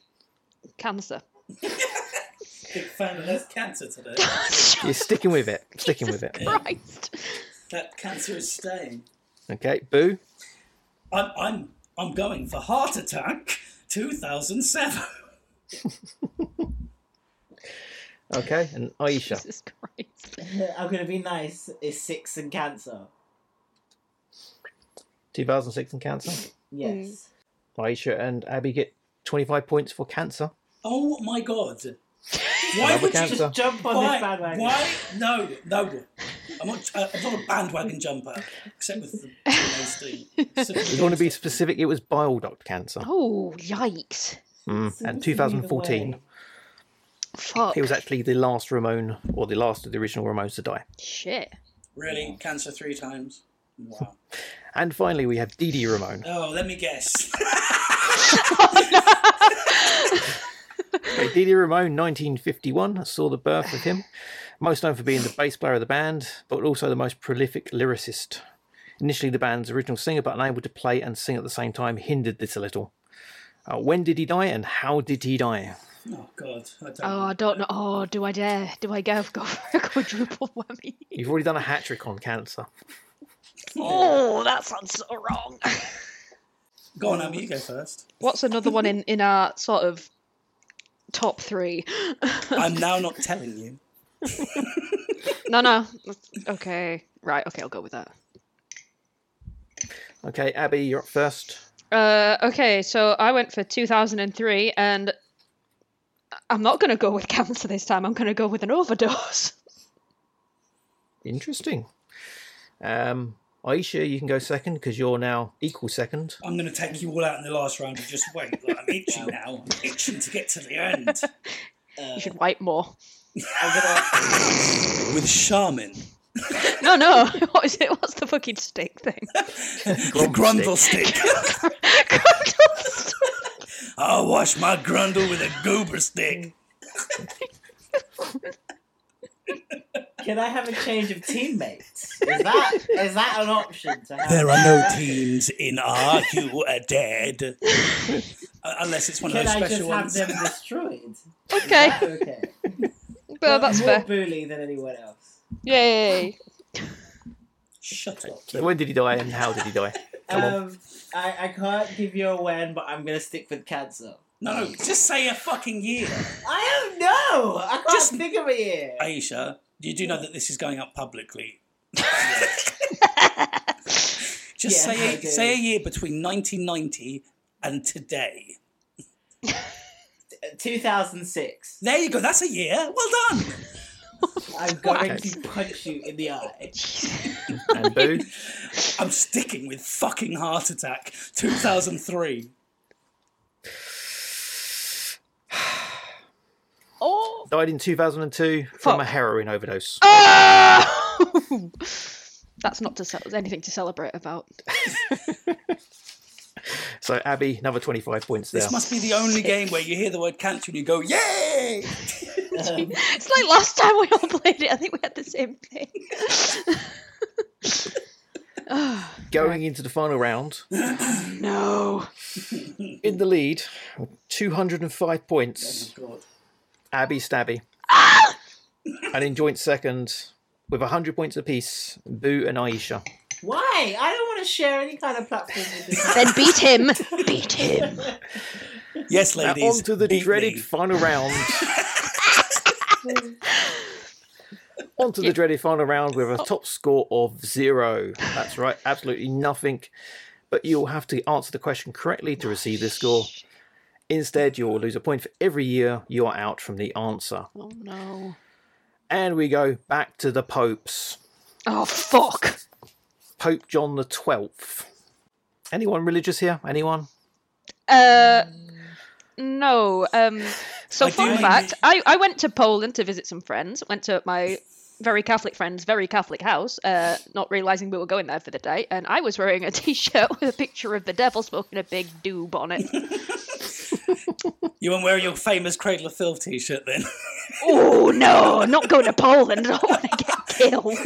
Speaker 4: cancer.
Speaker 2: Big fan of that's cancer today.
Speaker 1: You're sticking with it. Sticking with it.
Speaker 4: Christ.
Speaker 2: that cancer is staying.
Speaker 1: Okay, Boo.
Speaker 2: I'm I'm I'm going for heart attack 2007.
Speaker 1: Okay, and Aisha.
Speaker 4: Jesus Christ.
Speaker 3: I'm gonna be nice. It's six and cancer.
Speaker 1: 2006 and cancer.
Speaker 3: Yes.
Speaker 1: Aisha and Abby get 25 points for cancer.
Speaker 2: Oh my god.
Speaker 4: Mm.
Speaker 2: Why
Speaker 1: Another
Speaker 2: would you
Speaker 1: cancer.
Speaker 2: just
Speaker 3: Just jump on
Speaker 2: why,
Speaker 3: this bandwagon.
Speaker 2: why? No, no. I'm not, uh, I'm not a bandwagon jumper, except with the LSD.
Speaker 1: If you want to be specific, it was bile duct cancer.
Speaker 4: Oh yikes!
Speaker 1: Mm.
Speaker 3: Seems to
Speaker 1: And
Speaker 3: be the
Speaker 1: 2014,
Speaker 3: way.
Speaker 4: Fuck.
Speaker 1: he was actually the last Ramon, or the last of the original Ramones to die.
Speaker 4: Shit.
Speaker 2: Really? Cancer three times? Wow.
Speaker 1: And finally, we have Dee Dee Ramone.
Speaker 2: Oh, let me guess.
Speaker 1: Okay, Dee Dee Ramone, 1951, saw the birth of him. Most known for being the bass player of the band, but also the most prolific lyricist. Initially, the band's original singer, but unable to play and sing at the same time, hindered this a little. Uh, when did he die, and how did he die?
Speaker 2: oh god. I don't
Speaker 4: Oh, I don't know. Oh, do I dare? Do I go go for a quadruple whammy?
Speaker 1: You've already done a hat trick on cancer.
Speaker 4: Oh, that sounds so wrong.
Speaker 2: Go on, Amy, you go first.
Speaker 4: What's another one in in our sort of top three?
Speaker 2: I'm now not telling you.
Speaker 4: no, no. Okay. Right. Okay, I'll go with that.
Speaker 1: Okay, Abby, you're up first.
Speaker 4: Uh, okay, so I went for 2003, and I'm not going to go with cancer this time. I'm going to go with an overdose.
Speaker 1: Interesting. Um, Aisha, you can go second because you're now equal second.
Speaker 2: I'm going to take you all out in the last round. You just wait. Like, I'm itching now. I'm itching to get to the end.
Speaker 4: You should wipe more.
Speaker 3: I'm gonna.
Speaker 2: With Shaman.
Speaker 4: No, no. What is it? What's the fucking stick thing?
Speaker 2: The Grundle stick. I'll wash my Grundle with a goober stick.
Speaker 3: Can I have a change of teammates? Is that is that an option to have?
Speaker 2: There are no teams in R. You are dead. Uh, Unless it's one of
Speaker 3: Can
Speaker 2: those
Speaker 3: I just
Speaker 2: special ones.
Speaker 3: have them destroyed?
Speaker 4: okay,
Speaker 3: Okay.
Speaker 4: well, that's fair.
Speaker 3: more bully than anyone else.
Speaker 4: Yay.
Speaker 2: Shut up.
Speaker 1: When did he die and how did he die? Come on.
Speaker 3: Um, I, I can't give you a when, but I'm gonna stick with cancer.
Speaker 2: No, just say a fucking year.
Speaker 3: I don't know. I can't
Speaker 2: Just-
Speaker 3: think of a year.
Speaker 2: Aisha, you do know that this is going up publicly. Just
Speaker 3: Yeah,
Speaker 2: say
Speaker 3: I
Speaker 2: a,
Speaker 3: do.
Speaker 2: say a year between 1990 and today.
Speaker 3: 2006.
Speaker 2: There you go. That's a year. Well done.
Speaker 3: I'm going
Speaker 1: Okay.
Speaker 3: to punch you in the eye.
Speaker 1: And Boo,
Speaker 2: I'm sticking with fucking heart attack 2003.
Speaker 4: Oh.
Speaker 1: died in 2002 from a heroin overdose.
Speaker 4: Oh! that's not to cel- anything to celebrate about.
Speaker 1: So, Abby, another 25 points there.
Speaker 2: This must be the only game where you hear the word cancer and you go, yay!
Speaker 3: Um,
Speaker 4: It's like last time we all played it. I think we had the same thing. oh,
Speaker 1: Going into the final round,
Speaker 4: no.
Speaker 1: in the lead, 205 points,
Speaker 2: God.
Speaker 1: Abby Stabby.
Speaker 2: Ah!
Speaker 1: and in joint second, with 100 points apiece, Boo and Aisha.
Speaker 3: Why? I don't want to share any kind of platform with this.
Speaker 4: Then beat him. Beat him.
Speaker 2: Yes,
Speaker 1: Now,
Speaker 2: ladies.
Speaker 1: on to the
Speaker 2: beat
Speaker 1: dreaded
Speaker 2: me.
Speaker 1: final round. on to the dreaded final round with a top score of zero. That's right, absolutely nothing. But you'll have to answer the question correctly to receive this score. Instead, you will lose a point for every year you are out from the answer.
Speaker 4: Oh no.
Speaker 1: And we go back to the popes.
Speaker 4: Oh fuck.
Speaker 1: Pope John the Twelfth. Anyone religious here? Anyone?
Speaker 4: Uh, no. Um, so
Speaker 2: I do
Speaker 4: fun
Speaker 2: like
Speaker 4: fact:
Speaker 2: it.
Speaker 4: I, I went to Poland to visit some friends. Went to my very Catholic friend's very Catholic house, uh, not realizing we were going there for the day, and I was wearing a T-shirt with a picture of the devil smoking a big doob on it.
Speaker 2: You weren't wearing your famous Cradle of Filth t shirt then.
Speaker 4: oh no! Not going to Poland. I don't want to get killed.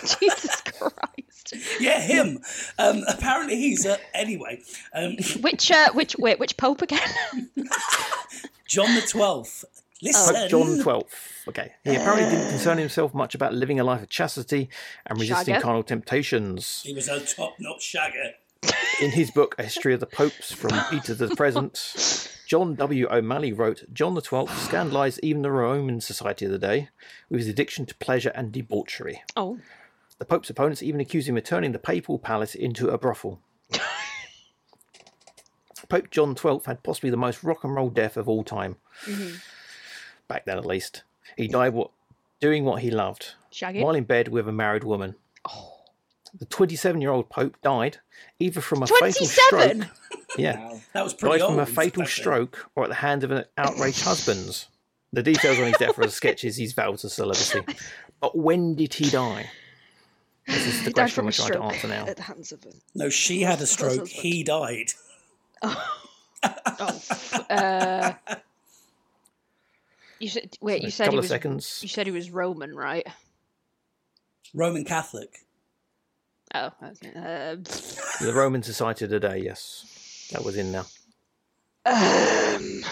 Speaker 4: Jesus Christ.
Speaker 2: yeah, him. Um, apparently he's a. Anyway, um,
Speaker 4: Which uh, which wait, which pope again?
Speaker 2: John the 12th.
Speaker 3: Oh.
Speaker 2: Listen.
Speaker 1: Pope John Twelfth. Okay. He apparently didn't concern himself much about living a life of chastity and resisting
Speaker 4: Shagger.
Speaker 1: carnal temptations.
Speaker 2: He was a top notch shagger.
Speaker 1: In his book, A History of the Popes from Peter to the Present, John W. O'Malley wrote John the Twelfth scandalized even the Roman society of the day with his addiction to pleasure and debauchery.
Speaker 4: oh,
Speaker 1: The Pope's opponents even accused him of turning the papal palace into a brothel. Pope John XII had possibly the most rock and roll death of all time.
Speaker 4: mm-hmm.
Speaker 1: Back then, at least. He died what, doing what he loved,
Speaker 4: shaggy.
Speaker 1: while in bed with a married woman.
Speaker 4: Oh.
Speaker 1: The 27 year old Pope died either from a fatal
Speaker 4: 27?
Speaker 1: stroke. Yeah.
Speaker 2: That was pretty
Speaker 1: Died from
Speaker 2: old.
Speaker 1: a fatal
Speaker 2: back then.
Speaker 1: stroke or at the hand of an outraged husband. The details on his death are as sketches he's vowed to celibacy. But when did he die? This is the
Speaker 4: He died
Speaker 1: question
Speaker 4: from
Speaker 1: we're
Speaker 4: a
Speaker 1: trying to
Speaker 4: stroke Uh,
Speaker 1: answer now.
Speaker 4: at the hands of a
Speaker 2: No, she had a stroke.
Speaker 4: husband.
Speaker 2: He died.
Speaker 4: Oh, f- uh, you said wait. You
Speaker 1: a
Speaker 4: said
Speaker 1: couple
Speaker 4: he
Speaker 1: of
Speaker 4: was.
Speaker 1: seconds.
Speaker 4: You said he was Roman, right?
Speaker 2: Roman Catholic.
Speaker 4: Oh, okay. Uh,
Speaker 1: The Roman Society of the day, yes. That was in now.
Speaker 4: um,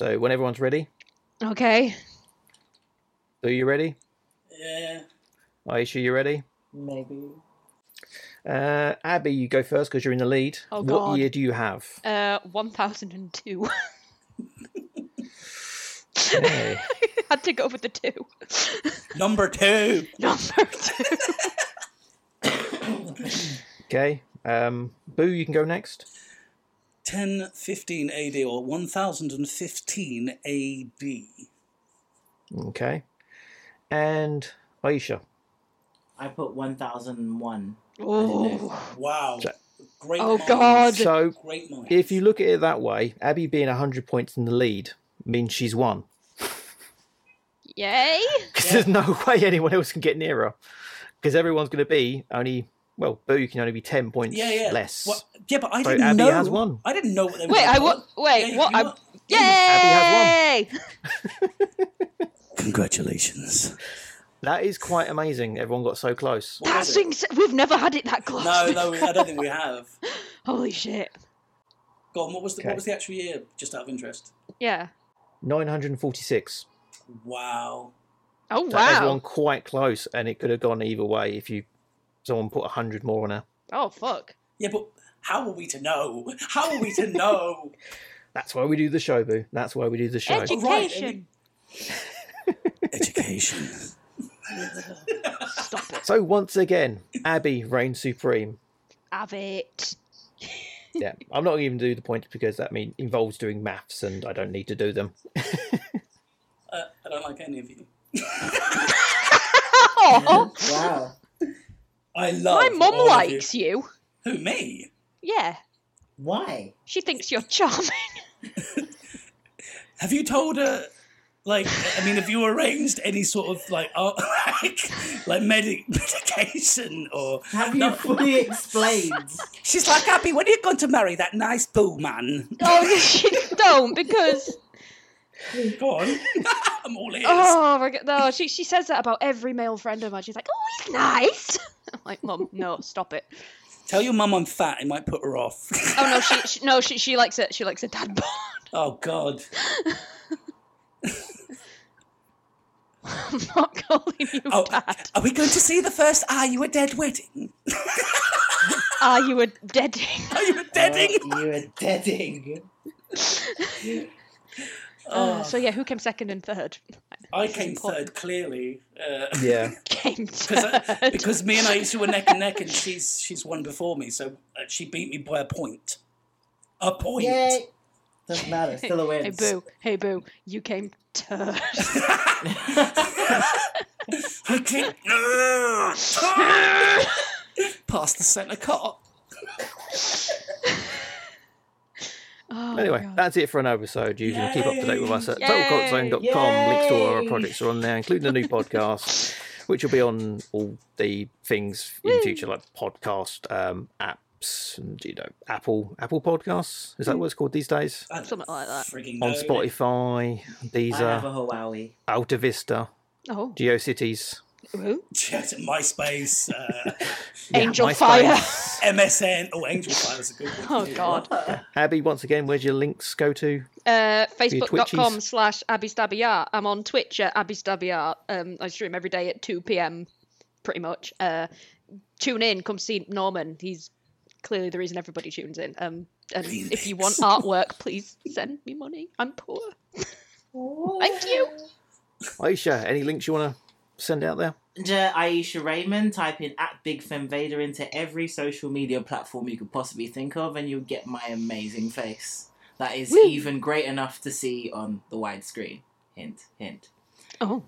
Speaker 1: So when everyone's ready,
Speaker 4: okay.
Speaker 1: are you ready?
Speaker 2: Yeah.
Speaker 1: Aisha, you ready?
Speaker 3: Maybe.
Speaker 1: Uh, Abby, you go first because you're in the lead.
Speaker 4: Oh,
Speaker 1: what
Speaker 4: God.
Speaker 1: year do you have?
Speaker 4: Uh, one thousand and two.
Speaker 1: Okay.
Speaker 4: Had to go with the two.
Speaker 2: Number two.
Speaker 4: Number two.
Speaker 1: okay. Um, Boo, you can go next.
Speaker 2: 1015 AD or 1015 AD.
Speaker 1: Okay. And Aisha.
Speaker 3: I put 1001.
Speaker 4: Oh,
Speaker 2: Wow.
Speaker 1: So-
Speaker 2: Great.
Speaker 4: Oh,
Speaker 2: minds.
Speaker 4: God.
Speaker 1: So
Speaker 2: Great mind.
Speaker 1: if you look at it that way, Abby being 100 points in the lead means she's won.
Speaker 4: yay!
Speaker 1: 'Cause there's no way anyone else can get near her. Because everyone's going to be only, well, Boo can only be 10 points
Speaker 2: yeah, yeah.
Speaker 1: less.
Speaker 2: What- yeah, but I
Speaker 1: So
Speaker 2: didn't
Speaker 1: Abby
Speaker 2: know.
Speaker 1: has won.
Speaker 2: I didn't know what they were.
Speaker 4: Wait, I
Speaker 2: called.
Speaker 4: what? Wait,
Speaker 2: Yeah,
Speaker 4: what?
Speaker 2: you
Speaker 4: I.
Speaker 2: won.
Speaker 4: Yay!
Speaker 1: Abby
Speaker 2: Congratulations.
Speaker 1: That is quite amazing. Everyone got so close.
Speaker 2: What
Speaker 4: That's
Speaker 2: was it?
Speaker 4: ins- we've never had it that close.
Speaker 2: No, no,
Speaker 4: before.
Speaker 2: I don't think we have.
Speaker 4: Holy shit!
Speaker 2: Go on. What was the
Speaker 1: Okay.
Speaker 2: what was the actual year? Just out of interest.
Speaker 4: Yeah.
Speaker 1: 946.
Speaker 2: Wow.
Speaker 4: Oh
Speaker 1: So everyone
Speaker 4: wow!
Speaker 1: quite close, and it could have gone either way if you someone put 100 more on her.
Speaker 4: Oh fuck!
Speaker 2: Yeah, but how are we to know? How are we to know?
Speaker 1: That's why we do the show, Boo. That's why we do the show.
Speaker 4: Education.
Speaker 2: Right, Education.
Speaker 4: Stop it.
Speaker 1: So once again, Abby reigns supreme.
Speaker 4: Have it.
Speaker 1: Yeah, I'm not even do the points because that mean involves doing maths, and I don't need to do them.
Speaker 2: Uh, I don't like any of you.
Speaker 4: Oh,
Speaker 3: Wow.
Speaker 2: I love.
Speaker 4: my mum
Speaker 2: all of you.
Speaker 4: likes you.
Speaker 2: Who me?
Speaker 4: Yeah,
Speaker 3: Why?
Speaker 4: she thinks you're charming.
Speaker 2: Have you told her? Like, I mean, have you arranged any sort of like, oh, like, like medi- medication or?
Speaker 3: Have you fully explained?
Speaker 2: She's like, Abby, when are you going to marry that nice boo man?
Speaker 4: Oh, she don't because
Speaker 2: Go on, I'm all ears.
Speaker 4: oh my god, no, she she says that about every male friend of mine. She's like, oh, he's nice. I'm like, mum, no, stop it.
Speaker 2: Tell your mum I'm fat. It might put her off.
Speaker 4: Oh no, she, she no she she likes it. She likes a dad bod.
Speaker 2: oh God.
Speaker 4: I'm not calling you
Speaker 2: Oh,
Speaker 4: dad.
Speaker 2: are we going to see the first Are You a Dead wedding?
Speaker 4: Are you a deading?
Speaker 2: Are you a deading?
Speaker 3: Oh, you are deading.
Speaker 4: Uh,
Speaker 2: Oh,
Speaker 4: so yeah, who came second and third?
Speaker 2: I
Speaker 4: is
Speaker 2: came
Speaker 4: important.
Speaker 2: third, clearly. Uh,
Speaker 1: Yeah,
Speaker 4: Came
Speaker 2: because
Speaker 4: third.
Speaker 2: because me and Aisha were neck and neck, and she's she's one before me, so uh, she beat me by a point. A point.
Speaker 3: Yay. Doesn't matter. Still a win.
Speaker 4: Hey boo, hey boo, you came turd.
Speaker 2: I drink. Past the centre cut.
Speaker 4: Oh,
Speaker 1: anyway,
Speaker 4: God.
Speaker 1: that's it for an episode. You can keep up to date with us at totalcultzone.com.
Speaker 3: Yay!
Speaker 1: Links to all our
Speaker 3: Yay!
Speaker 1: projects are on there, including the new podcast, which will be on all the things in the future, like podcast um, apps, and, you know, Apple Apple Podcasts. Is that what it's called these days?
Speaker 2: I don't
Speaker 4: Something like that.
Speaker 2: frigging
Speaker 1: On
Speaker 2: know.
Speaker 1: Spotify,
Speaker 3: I have a
Speaker 1: Deezer,
Speaker 3: Hawaii.
Speaker 1: Alta Vista,
Speaker 4: oh,
Speaker 1: GeoCities,
Speaker 4: who?
Speaker 2: Checked MySpace, uh,
Speaker 4: Angel
Speaker 1: MySpace.
Speaker 4: Fire.
Speaker 2: MSN. Oh, Angel Fire's a good one.
Speaker 4: Oh God.
Speaker 1: Abby, once again, where's your links go to?
Speaker 4: Uh,
Speaker 1: your
Speaker 4: Facebook.com
Speaker 1: Twitchies.
Speaker 4: slash Abby's Dabby Art. I'm on Twitch at Abby's Dabby Art. Um, I stream every day at 2 p.m. pretty much. Uh, tune in, come see Norman. He's clearly the reason everybody tunes in. Um, and if you want artwork, please send me money. I'm poor. Thank you.
Speaker 1: Aisha, any links you want to send out there?
Speaker 3: And, uh, Aisha Raymond, type in at Big Fem Vader into every social media platform you could possibly think of, and you'll get my amazing face. That is
Speaker 4: Woo.
Speaker 3: even great enough to see on the widescreen. Hint, hint.
Speaker 4: Oh,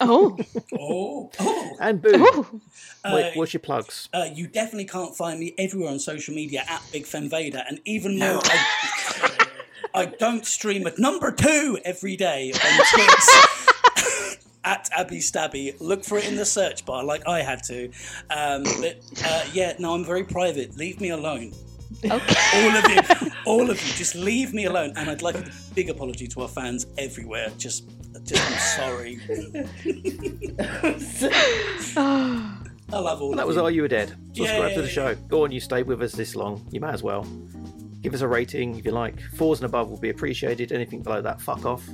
Speaker 4: oh,
Speaker 2: Oh, oh.
Speaker 1: And Boo,
Speaker 4: oh.
Speaker 1: what-
Speaker 2: Uh,
Speaker 1: what's your plugs?
Speaker 2: Uh, you definitely can't find me everywhere on social media at Big Fem Vader, and even
Speaker 3: No.
Speaker 2: more, I, I don't stream at number two every day on Twitch. At Abby Stabby, look for it in the search bar, like I had to. Um, but uh, yeah, no, I'm very private. Leave me alone,
Speaker 4: Okay.
Speaker 2: all of you, all of you. Just leave me alone. And I'd like a big apology to our fans everywhere. Just, just I'm sorry. I love all.
Speaker 1: That
Speaker 2: of
Speaker 1: was
Speaker 2: you.
Speaker 1: Are You Were Dead. Subscribe to the
Speaker 2: Yay.
Speaker 1: show. Go on, you stayed with us this long. You might as well. Give us a rating if you like. Fours and above will be appreciated. Anything below that, fuck off.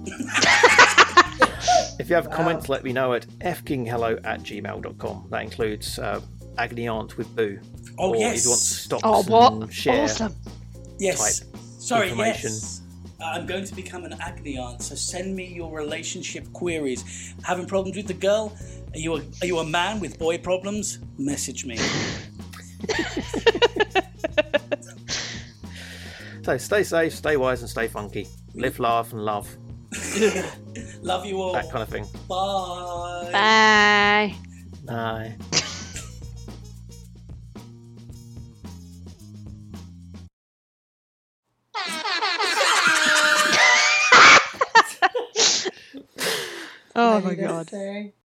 Speaker 1: if you have comments, let me know at fkinghello at gmail.com. That includes uh, Agony Aunt with Boo.
Speaker 2: Oh
Speaker 1: or
Speaker 2: yes.
Speaker 1: you want stops
Speaker 4: Oh,
Speaker 1: and
Speaker 4: what?
Speaker 1: share.
Speaker 4: Awesome.
Speaker 2: Yes.
Speaker 1: type
Speaker 2: Sorry,
Speaker 1: information.
Speaker 2: yes. Uh, I'm going to become an agony aunt, so send me your relationship queries. Having problems with the girl? Are you a, are you a man with boy problems? Message me.
Speaker 1: So stay safe, stay wise, and stay funky. Live, laugh, and love.
Speaker 2: Love you all.
Speaker 1: That kind of thing.
Speaker 2: Bye.
Speaker 1: Bye.
Speaker 4: Bye. Oh my God.